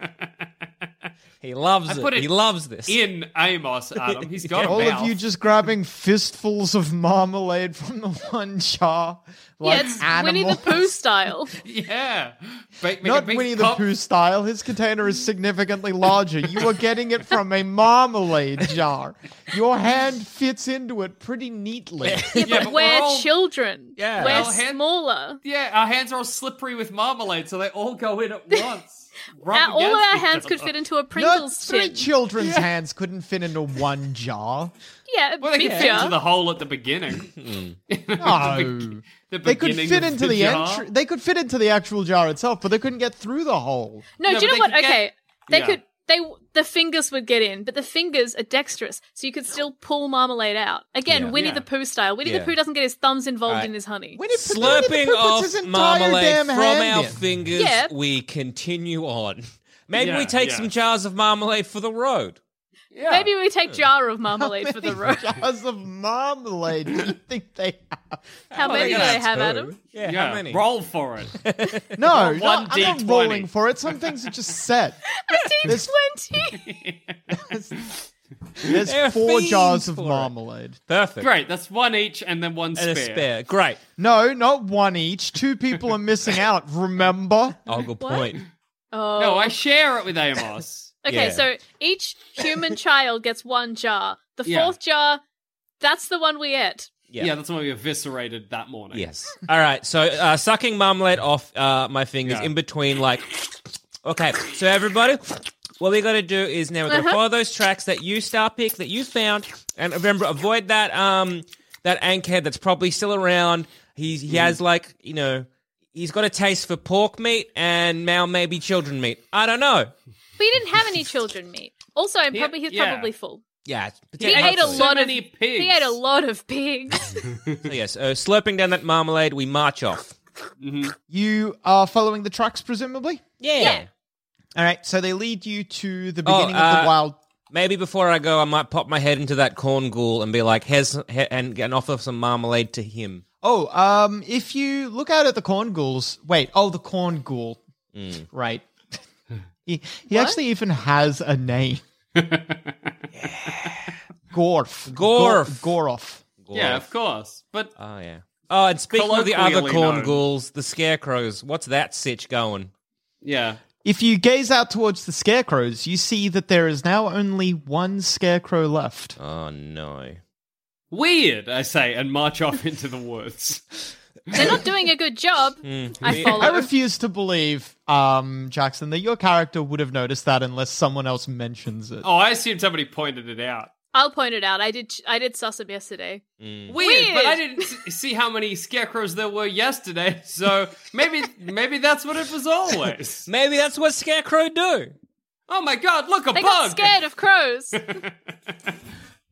Speaker 7: He loves
Speaker 5: I
Speaker 7: it.
Speaker 5: put it
Speaker 7: He loves this.
Speaker 5: In Amos, Adam. He's got a
Speaker 4: All
Speaker 5: mouth.
Speaker 4: of you just grabbing fistfuls of marmalade from the one jar,
Speaker 6: yeah,
Speaker 4: like
Speaker 6: it's Winnie the
Speaker 4: animals.
Speaker 6: Pooh style.
Speaker 5: Yeah. Bake, make a
Speaker 4: Not
Speaker 5: big
Speaker 4: Winnie the
Speaker 5: cup.
Speaker 4: Pooh style. His container is significantly larger. You are getting it from a marmalade jar. Your hand fits into it pretty neatly.
Speaker 6: Yeah,
Speaker 5: Yeah,
Speaker 6: but,
Speaker 5: but we're
Speaker 6: we're,
Speaker 5: all-
Speaker 6: children.
Speaker 7: Yeah.
Speaker 6: We're
Speaker 5: Well, hand-
Speaker 6: smaller.
Speaker 5: Yeah, our hands are all slippery with marmalade, so they all go in at once. rub
Speaker 6: Our-
Speaker 5: against
Speaker 6: all of our
Speaker 5: each
Speaker 6: hands could
Speaker 5: other.
Speaker 6: fit into a
Speaker 4: Not
Speaker 6: Pringles
Speaker 4: three
Speaker 6: tin.
Speaker 4: children's hands couldn't fit into one jar.
Speaker 6: yeah, a
Speaker 5: Well, they
Speaker 6: big
Speaker 5: could fit into
Speaker 6: jar.
Speaker 5: the hole at the beginning.
Speaker 4: Mm. No.
Speaker 5: The
Speaker 4: They could
Speaker 5: beginning
Speaker 4: fit
Speaker 5: of
Speaker 4: into the
Speaker 5: jar.
Speaker 4: entry. They could fit into the actual jar itself, but they couldn't get through the hole.
Speaker 6: No,
Speaker 5: No,
Speaker 6: do you
Speaker 5: but
Speaker 6: know
Speaker 5: they
Speaker 6: what?
Speaker 5: could get-
Speaker 6: Okay, they
Speaker 5: Yeah.
Speaker 6: could. They the fingers would get in, but the fingers are dexterous, so you could still pull marmalade out. Again, Winnie
Speaker 5: Yeah.
Speaker 6: the Pooh style. Winnie
Speaker 7: Yeah.
Speaker 6: the Pooh doesn't get his thumbs involved
Speaker 7: Alright.
Speaker 6: in his honey.
Speaker 4: Winnie the Pooh- Winnie
Speaker 7: Slurping
Speaker 4: the Pooh puts his
Speaker 7: off
Speaker 4: entire
Speaker 7: marmalade
Speaker 4: damn
Speaker 7: from
Speaker 4: hand
Speaker 7: our
Speaker 4: in.
Speaker 7: fingers,
Speaker 6: Yeah.
Speaker 7: we continue on. Maybe
Speaker 5: Yeah,
Speaker 7: we take
Speaker 5: yeah.
Speaker 7: some jars of marmalade for the road.
Speaker 5: Yeah.
Speaker 6: Maybe we take jar of marmalade for the road.
Speaker 4: Jars of marmalade. Do you think they have?
Speaker 6: How
Speaker 7: Oh,
Speaker 6: many do
Speaker 7: they're
Speaker 6: they
Speaker 7: gonna
Speaker 6: have,
Speaker 7: two.
Speaker 6: Adam?
Speaker 7: Yeah,
Speaker 5: Yeah,
Speaker 7: how many?
Speaker 5: roll for it.
Speaker 4: No, no
Speaker 5: one
Speaker 4: I'm not
Speaker 5: D20.
Speaker 4: rolling for it. Some things are just set. There's,
Speaker 6: Twenty.
Speaker 4: there's
Speaker 7: They're
Speaker 4: four
Speaker 7: fiends
Speaker 4: jars of
Speaker 7: for it.
Speaker 4: marmalade.
Speaker 7: Perfect.
Speaker 5: Great, that's one each and then one
Speaker 7: And a
Speaker 5: spare.
Speaker 7: spare. Great.
Speaker 4: No, not one each. Two people are missing out. Remember?
Speaker 7: Oh, good point.
Speaker 6: Oh.
Speaker 5: No, I share it with Amos.
Speaker 6: okay,
Speaker 7: yeah.
Speaker 6: so each human child gets one jar. The
Speaker 5: Yeah.
Speaker 6: fourth jar, that's the one we ate.
Speaker 7: Yeah.
Speaker 5: yeah. that's why we eviscerated that morning.
Speaker 7: Yes. All right. So uh, sucking marmalade off uh, my fingers
Speaker 5: Yeah.
Speaker 7: in between, like, okay. So everybody, what we got to do is now we're
Speaker 6: Uh-huh.
Speaker 7: going to follow those tracks that you star pick that you found, and remember avoid that um that ankhead that's probably still around. He's he has like you know. He's got a taste for pork meat and now maybe children meat. I don't know.
Speaker 6: But he didn't have any children meat. Also, I'm
Speaker 5: He-
Speaker 6: probably he's
Speaker 5: yeah.
Speaker 6: probably full.
Speaker 7: Yeah,
Speaker 5: He
Speaker 6: He ate a
Speaker 5: so
Speaker 6: lot of
Speaker 5: many pigs.
Speaker 6: He ate a lot of pigs.
Speaker 7: So yes, uh, slurping down that marmalade, we march off.
Speaker 4: You are following the tracks, presumably?
Speaker 7: Yeah.
Speaker 4: All right, so they lead you to the
Speaker 7: Oh,
Speaker 4: beginning of
Speaker 7: uh,
Speaker 4: the wild.
Speaker 7: Maybe before I go, I might pop my head into that corn ghoul and be like, "Here's he- and and offer some marmalade to him."
Speaker 4: Oh, um, if you look out at the corn ghouls. Wait, oh, the corn ghoul. Right. He, he actually even has a name. Gorf.
Speaker 7: Gorf.
Speaker 4: Gor- Goroff.
Speaker 5: Yeah, of course. But
Speaker 7: Oh yeah. Oh, and speaking of the other
Speaker 5: Colloquially
Speaker 7: corn
Speaker 5: known.
Speaker 7: ghouls, the scarecrows. What's that sitch going?
Speaker 5: yeah,
Speaker 4: If you gaze out towards the scarecrows, you see that there is now only one scarecrow left.
Speaker 7: Oh no.
Speaker 5: weird. I say, and march off into the woods.
Speaker 3: They're not doing a good job.
Speaker 5: Hmm.
Speaker 3: I
Speaker 4: I
Speaker 3: follow.
Speaker 4: refuse to believe, um, Jackson, that your character would have noticed that unless someone else mentions it.
Speaker 5: Oh, I assume somebody pointed it out.
Speaker 6: I'll point it out. I did. I did suss him yesterday.
Speaker 7: Hmm.
Speaker 5: Weird, but I didn't s- see how many scarecrows there were yesterday. So maybe, maybe that's what it was always.
Speaker 7: Maybe that's what scarecrow do.
Speaker 5: Oh my god, look a
Speaker 6: They got
Speaker 5: bug!
Speaker 6: scared of crows.
Speaker 5: And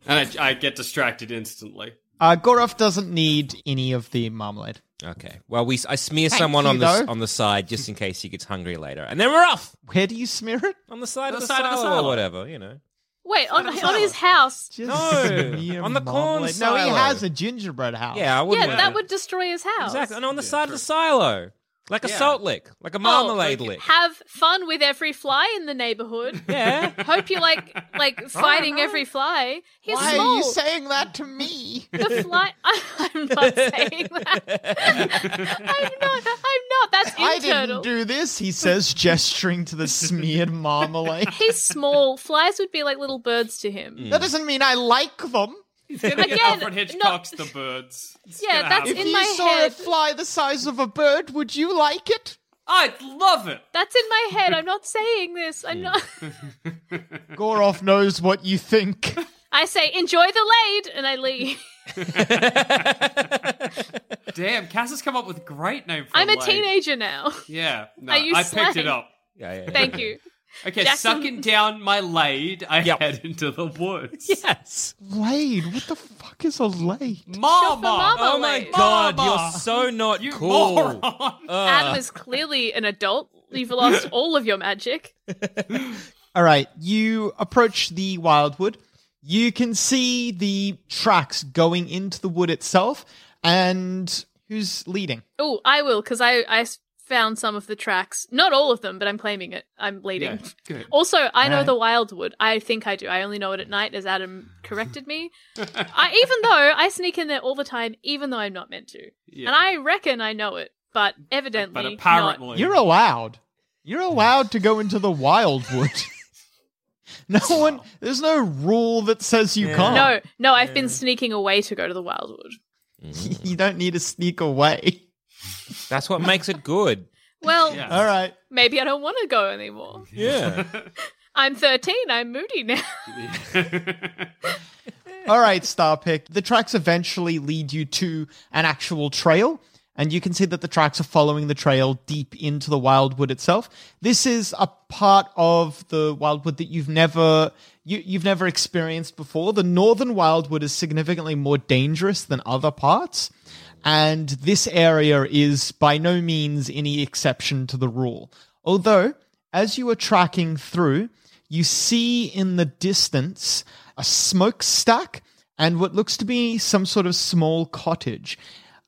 Speaker 5: I, I get distracted instantly.
Speaker 4: Uh, Goroff doesn't need any of the marmalade.
Speaker 7: Okay. Well, we I smear someone
Speaker 4: you,
Speaker 7: on the s-
Speaker 4: though.
Speaker 7: on the side just in case he gets hungry later, and then we're off
Speaker 4: Where do you smear it?
Speaker 7: on the side,
Speaker 5: On
Speaker 7: of,
Speaker 5: the
Speaker 7: the
Speaker 5: side of the
Speaker 7: silo
Speaker 5: silo.
Speaker 7: or whatever. You know.
Speaker 6: Wait, on, on his house.
Speaker 4: Just
Speaker 7: No,
Speaker 4: smear
Speaker 7: on the corn
Speaker 4: marmalade. No, he
Speaker 7: silo.
Speaker 4: has a gingerbread house.
Speaker 7: Yeah, I
Speaker 6: Yeah,
Speaker 7: wouldn't. want
Speaker 6: that
Speaker 7: to-
Speaker 6: would destroy his house.
Speaker 7: exactly. And on the side of the silo, like a
Speaker 5: Yeah.
Speaker 7: salt lick, like
Speaker 6: Oh,
Speaker 7: a marmalade lick.
Speaker 6: Have fun with every fly in the neighborhood.
Speaker 7: Yeah.
Speaker 6: Hope you like like fighting every fly. He's
Speaker 4: Why
Speaker 6: small.
Speaker 4: are you saying that to me?
Speaker 6: the fly. I'm not saying that. I'm not. I'm not. That's
Speaker 4: I didn't
Speaker 6: internal.
Speaker 4: do this, he says, gesturing to the smeared marmalade.
Speaker 6: He's small. Flies would be like little birds to him.
Speaker 4: that doesn't mean I like them.
Speaker 5: Again,
Speaker 6: Again,
Speaker 5: Hmm. Alfred
Speaker 6: no-
Speaker 5: Hitchcock's The Birds. It's gonna
Speaker 6: Yeah, that's
Speaker 5: happen.
Speaker 4: If
Speaker 6: In
Speaker 4: you
Speaker 6: my
Speaker 4: saw
Speaker 6: head-
Speaker 4: a fly the size of a bird, would you like it?
Speaker 5: I'd love it.
Speaker 6: That's in my head. I'm not saying this. I'm not.
Speaker 4: Goroff knows what you think.
Speaker 6: I say enjoy the laid, and I leave.
Speaker 5: Damn, Cass has come up with a great name for.
Speaker 6: I'm a
Speaker 5: like-
Speaker 6: teenager now.
Speaker 5: Yeah, no,
Speaker 6: Are you
Speaker 5: I picked it
Speaker 6: slang?
Speaker 5: up.
Speaker 7: Yeah, yeah, yeah.
Speaker 6: Thank you.
Speaker 5: Okay,
Speaker 6: Jackson-
Speaker 5: sucking down my lade, I
Speaker 7: Yep.
Speaker 5: head into the woods.
Speaker 7: Yes.
Speaker 4: Lade? What the fuck is a lade?
Speaker 5: Mama,
Speaker 6: Mama.
Speaker 7: Oh my
Speaker 6: Marmalade.
Speaker 7: god,
Speaker 5: Mama.
Speaker 7: you're so not
Speaker 5: you
Speaker 7: cool.
Speaker 5: moron!
Speaker 6: Adam is clearly an adult. You've lost all of your magic.
Speaker 4: All right, you approach the wildwood. You can see the tracks going into the wood itself, and who's leading?
Speaker 6: Oh, I will, because I, I s- found some of the tracks. Not all of them, but I'm claiming it. I'm leading.
Speaker 5: Yeah, good.
Speaker 6: Also, I know
Speaker 4: Alright.
Speaker 6: the Wildwood. I think I do. I only know it at night, as Adam corrected me. I, even though I sneak in there all the time, even though I'm not meant to. And I reckon I know it, but evidently.
Speaker 5: But
Speaker 6: not.
Speaker 5: apparently,
Speaker 4: You're allowed. You're allowed to go into the wildwood. no one. There's no rule that says you can't.
Speaker 6: No, no, I've been sneaking away to go to the Wildwood.
Speaker 4: you don't need to sneak away.
Speaker 7: That's what makes it good.
Speaker 6: Well,
Speaker 5: Yeah.
Speaker 4: All right.
Speaker 6: maybe I don't want to go anymore.
Speaker 7: Yeah.
Speaker 6: I'm 13, I'm moody now.
Speaker 4: All right, Starpick. The tracks eventually lead you to an actual trail, and you can see that the tracks are following the trail deep into the wildwood itself. This is a part of the wildwood that you've never you, you've never experienced before. The northern wildwood is significantly more dangerous than other parts, and this area is by no means any exception to the rule. Although, as you are tracking through, you see in the distance a smokestack and what looks to be some sort of small cottage.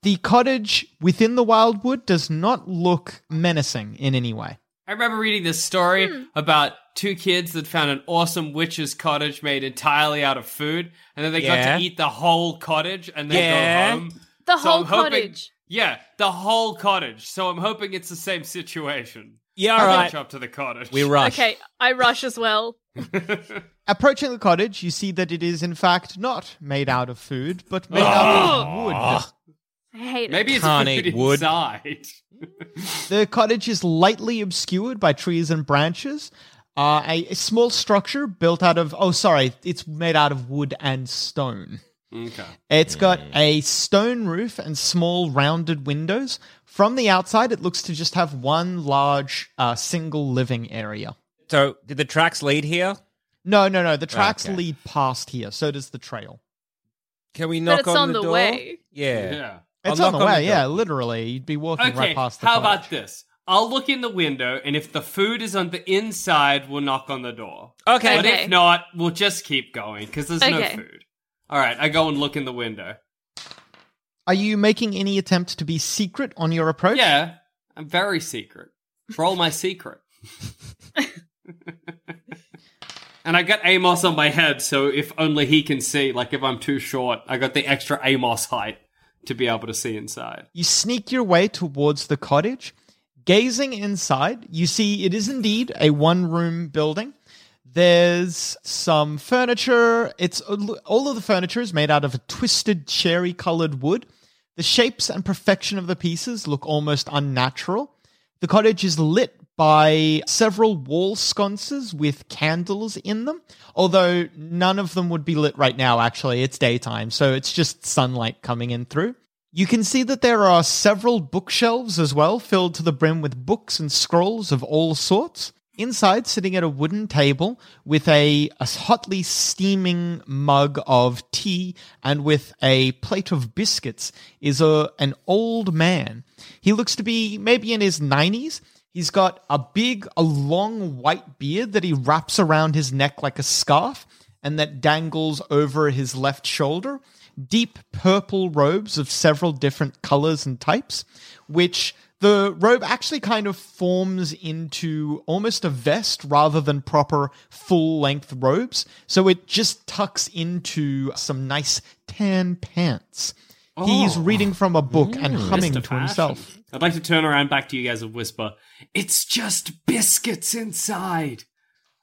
Speaker 4: The cottage within the wildwood does not look menacing in any way.
Speaker 5: I remember reading this story
Speaker 6: Hmm.
Speaker 5: about two kids that found an awesome witch's cottage made entirely out of food, and then they got
Speaker 7: Yeah.
Speaker 5: to eat the whole cottage and then
Speaker 7: Yeah.
Speaker 5: go home.
Speaker 6: The
Speaker 5: So
Speaker 6: whole
Speaker 5: I'm hoping-
Speaker 6: cottage.
Speaker 5: Yeah, the whole cottage. So I'm hoping it's the same situation.
Speaker 7: Yeah, all
Speaker 5: March
Speaker 7: right.
Speaker 5: up to the cottage.
Speaker 7: We rush.
Speaker 6: Okay, I rush as well.
Speaker 4: Approaching the cottage, you see that it is in fact not made out of food, but made out of wood.
Speaker 6: I hate it.
Speaker 5: Maybe it's
Speaker 7: Can't
Speaker 5: food
Speaker 7: eat wood.
Speaker 5: inside.
Speaker 4: The cottage is lightly obscured by trees and branches. Uh, a, a small structure built out of, oh, sorry, it's made out of wood and stone.
Speaker 5: Okay.
Speaker 4: It's got a stone roof and small rounded windows. From the outside, it looks to just have one large uh, single living area.
Speaker 7: So, did the tracks lead here?
Speaker 4: No, no, no. The tracks
Speaker 7: Okay.
Speaker 4: lead past here. So does the trail.
Speaker 7: Can we
Speaker 6: But
Speaker 7: knock
Speaker 6: it's
Speaker 7: on,
Speaker 6: on
Speaker 7: the,
Speaker 6: the
Speaker 7: door?
Speaker 6: way.
Speaker 7: Yeah.
Speaker 5: Yeah.
Speaker 4: It's
Speaker 7: I'll
Speaker 4: on
Speaker 7: knock
Speaker 4: the way.
Speaker 7: door.
Speaker 4: yeah, literally, you'd be walking
Speaker 5: Okay.
Speaker 4: right past the.
Speaker 5: how
Speaker 4: cottage.
Speaker 5: about this? I'll look in the window, and if the food is on the inside, we'll knock on the door.
Speaker 7: Okay.
Speaker 5: But
Speaker 6: Okay.
Speaker 5: if not, we'll just keep going because there's
Speaker 6: Okay.
Speaker 5: no food. All right, I go and look in the window.
Speaker 4: Are you making any attempt to be secret on your approach?
Speaker 5: Yeah, I'm very secret. For all my secret. And I got Amos on my head, so if only he can see, like if I'm too short, I got the extra Amos height to be able to see inside.
Speaker 4: You sneak your way towards the cottage. Gazing inside, you see it is indeed a one room building. There's some furniture. It's all of the furniture is made out of a twisted cherry colored wood. The shapes and perfection of the pieces look almost unnatural. The cottage is lit by several wall sconces with candles in them, although none of them would be lit right now, actually. It's daytime, so it's just sunlight coming in through. You can see that there are several bookshelves as well, filled to the brim with books and scrolls of all sorts. Inside, sitting at a wooden table with a, a hotly steaming mug of tea and with a plate of biscuits, is a, an old man. He looks to be maybe in his 90s. He's got a big, a long white beard that he wraps around his neck like a scarf and that dangles over his left shoulder. Deep purple robes of several different colors and types, which the robe actually kind of forms into almost a vest rather than proper full length robes. So it just tucks into some nice tan pants. He's reading from a book and humming
Speaker 5: Mr.
Speaker 4: to himself.
Speaker 5: Fashion. I'd like to turn around back to you guys and whisper, "It's just biscuits inside."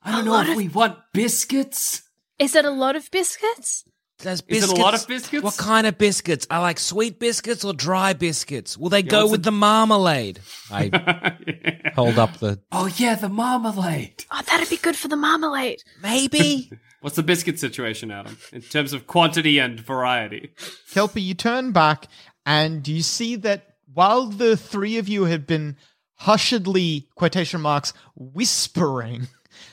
Speaker 5: I don't know if we want biscuits.
Speaker 6: Is it a lot of biscuits?
Speaker 7: There's
Speaker 5: Is
Speaker 7: biscuits.
Speaker 5: it a lot of biscuits?
Speaker 7: What kind of biscuits? I like sweet biscuits or dry biscuits. Will they go
Speaker 5: what's
Speaker 7: with the marmalade? I hold up the
Speaker 5: Oh yeah, the marmalade.
Speaker 6: Oh, that'd be good for the marmalade.
Speaker 7: maybe.
Speaker 5: What's the biscuit situation, Adam, in terms of quantity and variety?
Speaker 4: Kelpie, you turn back and you see that while the three of you have been hushedly, quotation marks, whispering,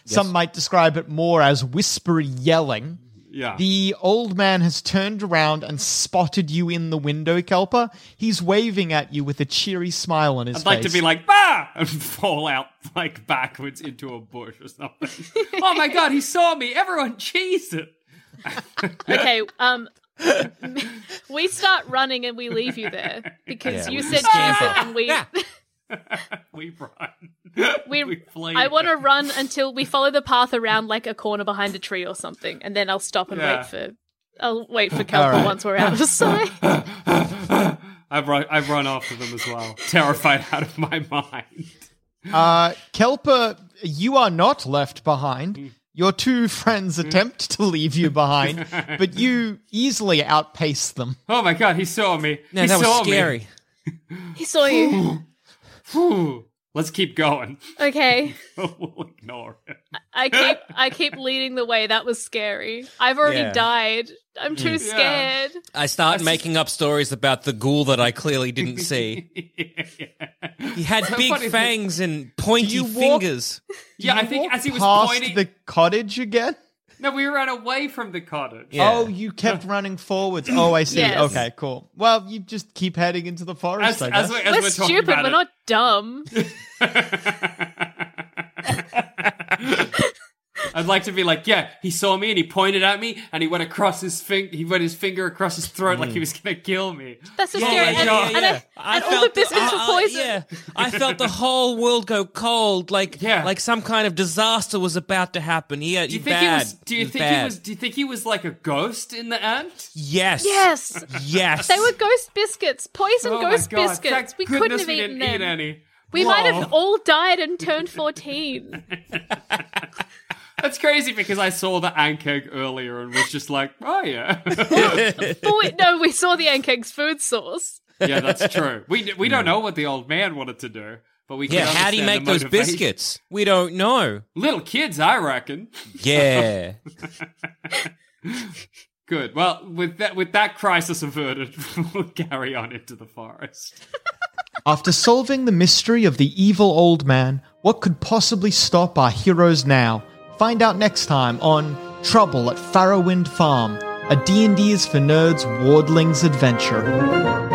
Speaker 4: some might describe it more as whispery yelling.
Speaker 5: Yeah.
Speaker 4: The old man has turned around and spotted you in the window, Kelper. He's waving at you with a cheery smile on his
Speaker 5: I'd
Speaker 4: face.
Speaker 5: like to be like bah and fall out like backwards into a bush or something. oh my god, he saw me! Everyone, cheese it!
Speaker 6: Okay, um, we start running and we leave you there because
Speaker 7: Yeah,
Speaker 6: you
Speaker 7: we
Speaker 6: said
Speaker 7: scamper.
Speaker 6: Jesus and we
Speaker 7: Yeah.
Speaker 5: We run.
Speaker 6: we.
Speaker 5: We flee.
Speaker 6: I want to run until we follow the path around like a corner behind a tree or something, and then I'll stop and
Speaker 5: Yeah.
Speaker 6: wait for. I'll wait for Kelper
Speaker 4: right.
Speaker 6: once we're out of sight.
Speaker 5: I've run. I've run after them as well, terrified out of my mind.
Speaker 4: Uh, Kelper, you are not left
Speaker 5: Hmm.
Speaker 4: behind. Your two friends attempt to leave you behind, but you easily outpace them.
Speaker 5: Oh my god, he saw me.
Speaker 7: No,
Speaker 5: he
Speaker 7: that
Speaker 5: saw
Speaker 7: was scary.
Speaker 6: He saw you.
Speaker 5: Me. Whew. Let's keep going.
Speaker 6: Okay.
Speaker 5: we'll ignore him.
Speaker 6: I keep I keep leading the way. That was scary. I've already
Speaker 7: Yeah.
Speaker 6: died. I'm too scared.
Speaker 7: I start making up stories about the ghoul that I clearly didn't see. He had
Speaker 5: So
Speaker 7: big
Speaker 5: funny.
Speaker 7: fangs and pointy
Speaker 4: you walk-
Speaker 7: fingers.
Speaker 5: Yeah, I think as he was
Speaker 4: Past
Speaker 5: pointing.
Speaker 4: the cottage again?
Speaker 5: No, we ran away from the cottage.
Speaker 7: Yeah.
Speaker 4: Oh, you kept running forwards. Oh, I see.
Speaker 6: Yes.
Speaker 4: Okay, cool. Well, you just keep heading into the forest,
Speaker 5: As,
Speaker 4: I
Speaker 5: as,
Speaker 4: guess.
Speaker 5: we- as
Speaker 6: We're,
Speaker 5: we're, talking
Speaker 6: stupid.
Speaker 5: about
Speaker 6: We're
Speaker 5: it-
Speaker 6: not dumb.
Speaker 5: I'd like to be like, yeah, he saw me and he pointed at me and he went across his finger. He went his finger across his throat like he
Speaker 7: Mm.
Speaker 5: was gonna kill me.
Speaker 6: That's so
Speaker 5: Yeah,
Speaker 6: scary.
Speaker 5: yeah,
Speaker 6: and
Speaker 5: yeah,
Speaker 6: and, I, and all the
Speaker 7: felt
Speaker 6: biscuits
Speaker 7: uh,
Speaker 6: were
Speaker 7: uh,
Speaker 6: poisoned.
Speaker 7: yeah. I felt the whole world go cold, like
Speaker 5: Yeah.
Speaker 7: like some kind of disaster was about to happen. Yeah,
Speaker 5: Do you think
Speaker 7: bad.
Speaker 5: he was? Do you
Speaker 7: He's
Speaker 5: think he
Speaker 7: bad.
Speaker 5: was? Do you think he was like a ghost in the end?
Speaker 7: Yes.
Speaker 6: Yes.
Speaker 7: Yes.
Speaker 6: They were ghost biscuits, poisoned
Speaker 5: Oh my
Speaker 6: ghost
Speaker 5: God,
Speaker 6: biscuits.
Speaker 5: thank
Speaker 6: We couldn't
Speaker 5: goodness
Speaker 6: have
Speaker 5: we
Speaker 6: eaten
Speaker 5: didn't eat
Speaker 6: them.
Speaker 5: any.
Speaker 6: We might
Speaker 5: Whoa.
Speaker 6: have all died and turned 14.
Speaker 5: That's crazy because I saw the ankeg earlier and was just like, oh yeah,
Speaker 6: but wait, no, we saw the Ankeg's food source.
Speaker 5: yeah, that's true. We we don't know what the old man wanted to do, but we can
Speaker 7: Yeah. How do you make
Speaker 5: understand the
Speaker 7: those
Speaker 5: motivation.
Speaker 7: biscuits? We don't know.
Speaker 5: Little kids, I reckon.
Speaker 7: Yeah.
Speaker 5: Good. Well, with that with that crisis averted, we'll carry on into the forest.
Speaker 4: After solving the mystery of the evil old man, what could possibly stop our heroes now? Find out next time on Trouble at Farrowwind Farm, a D&D is for Nerds Wardling's Adventure.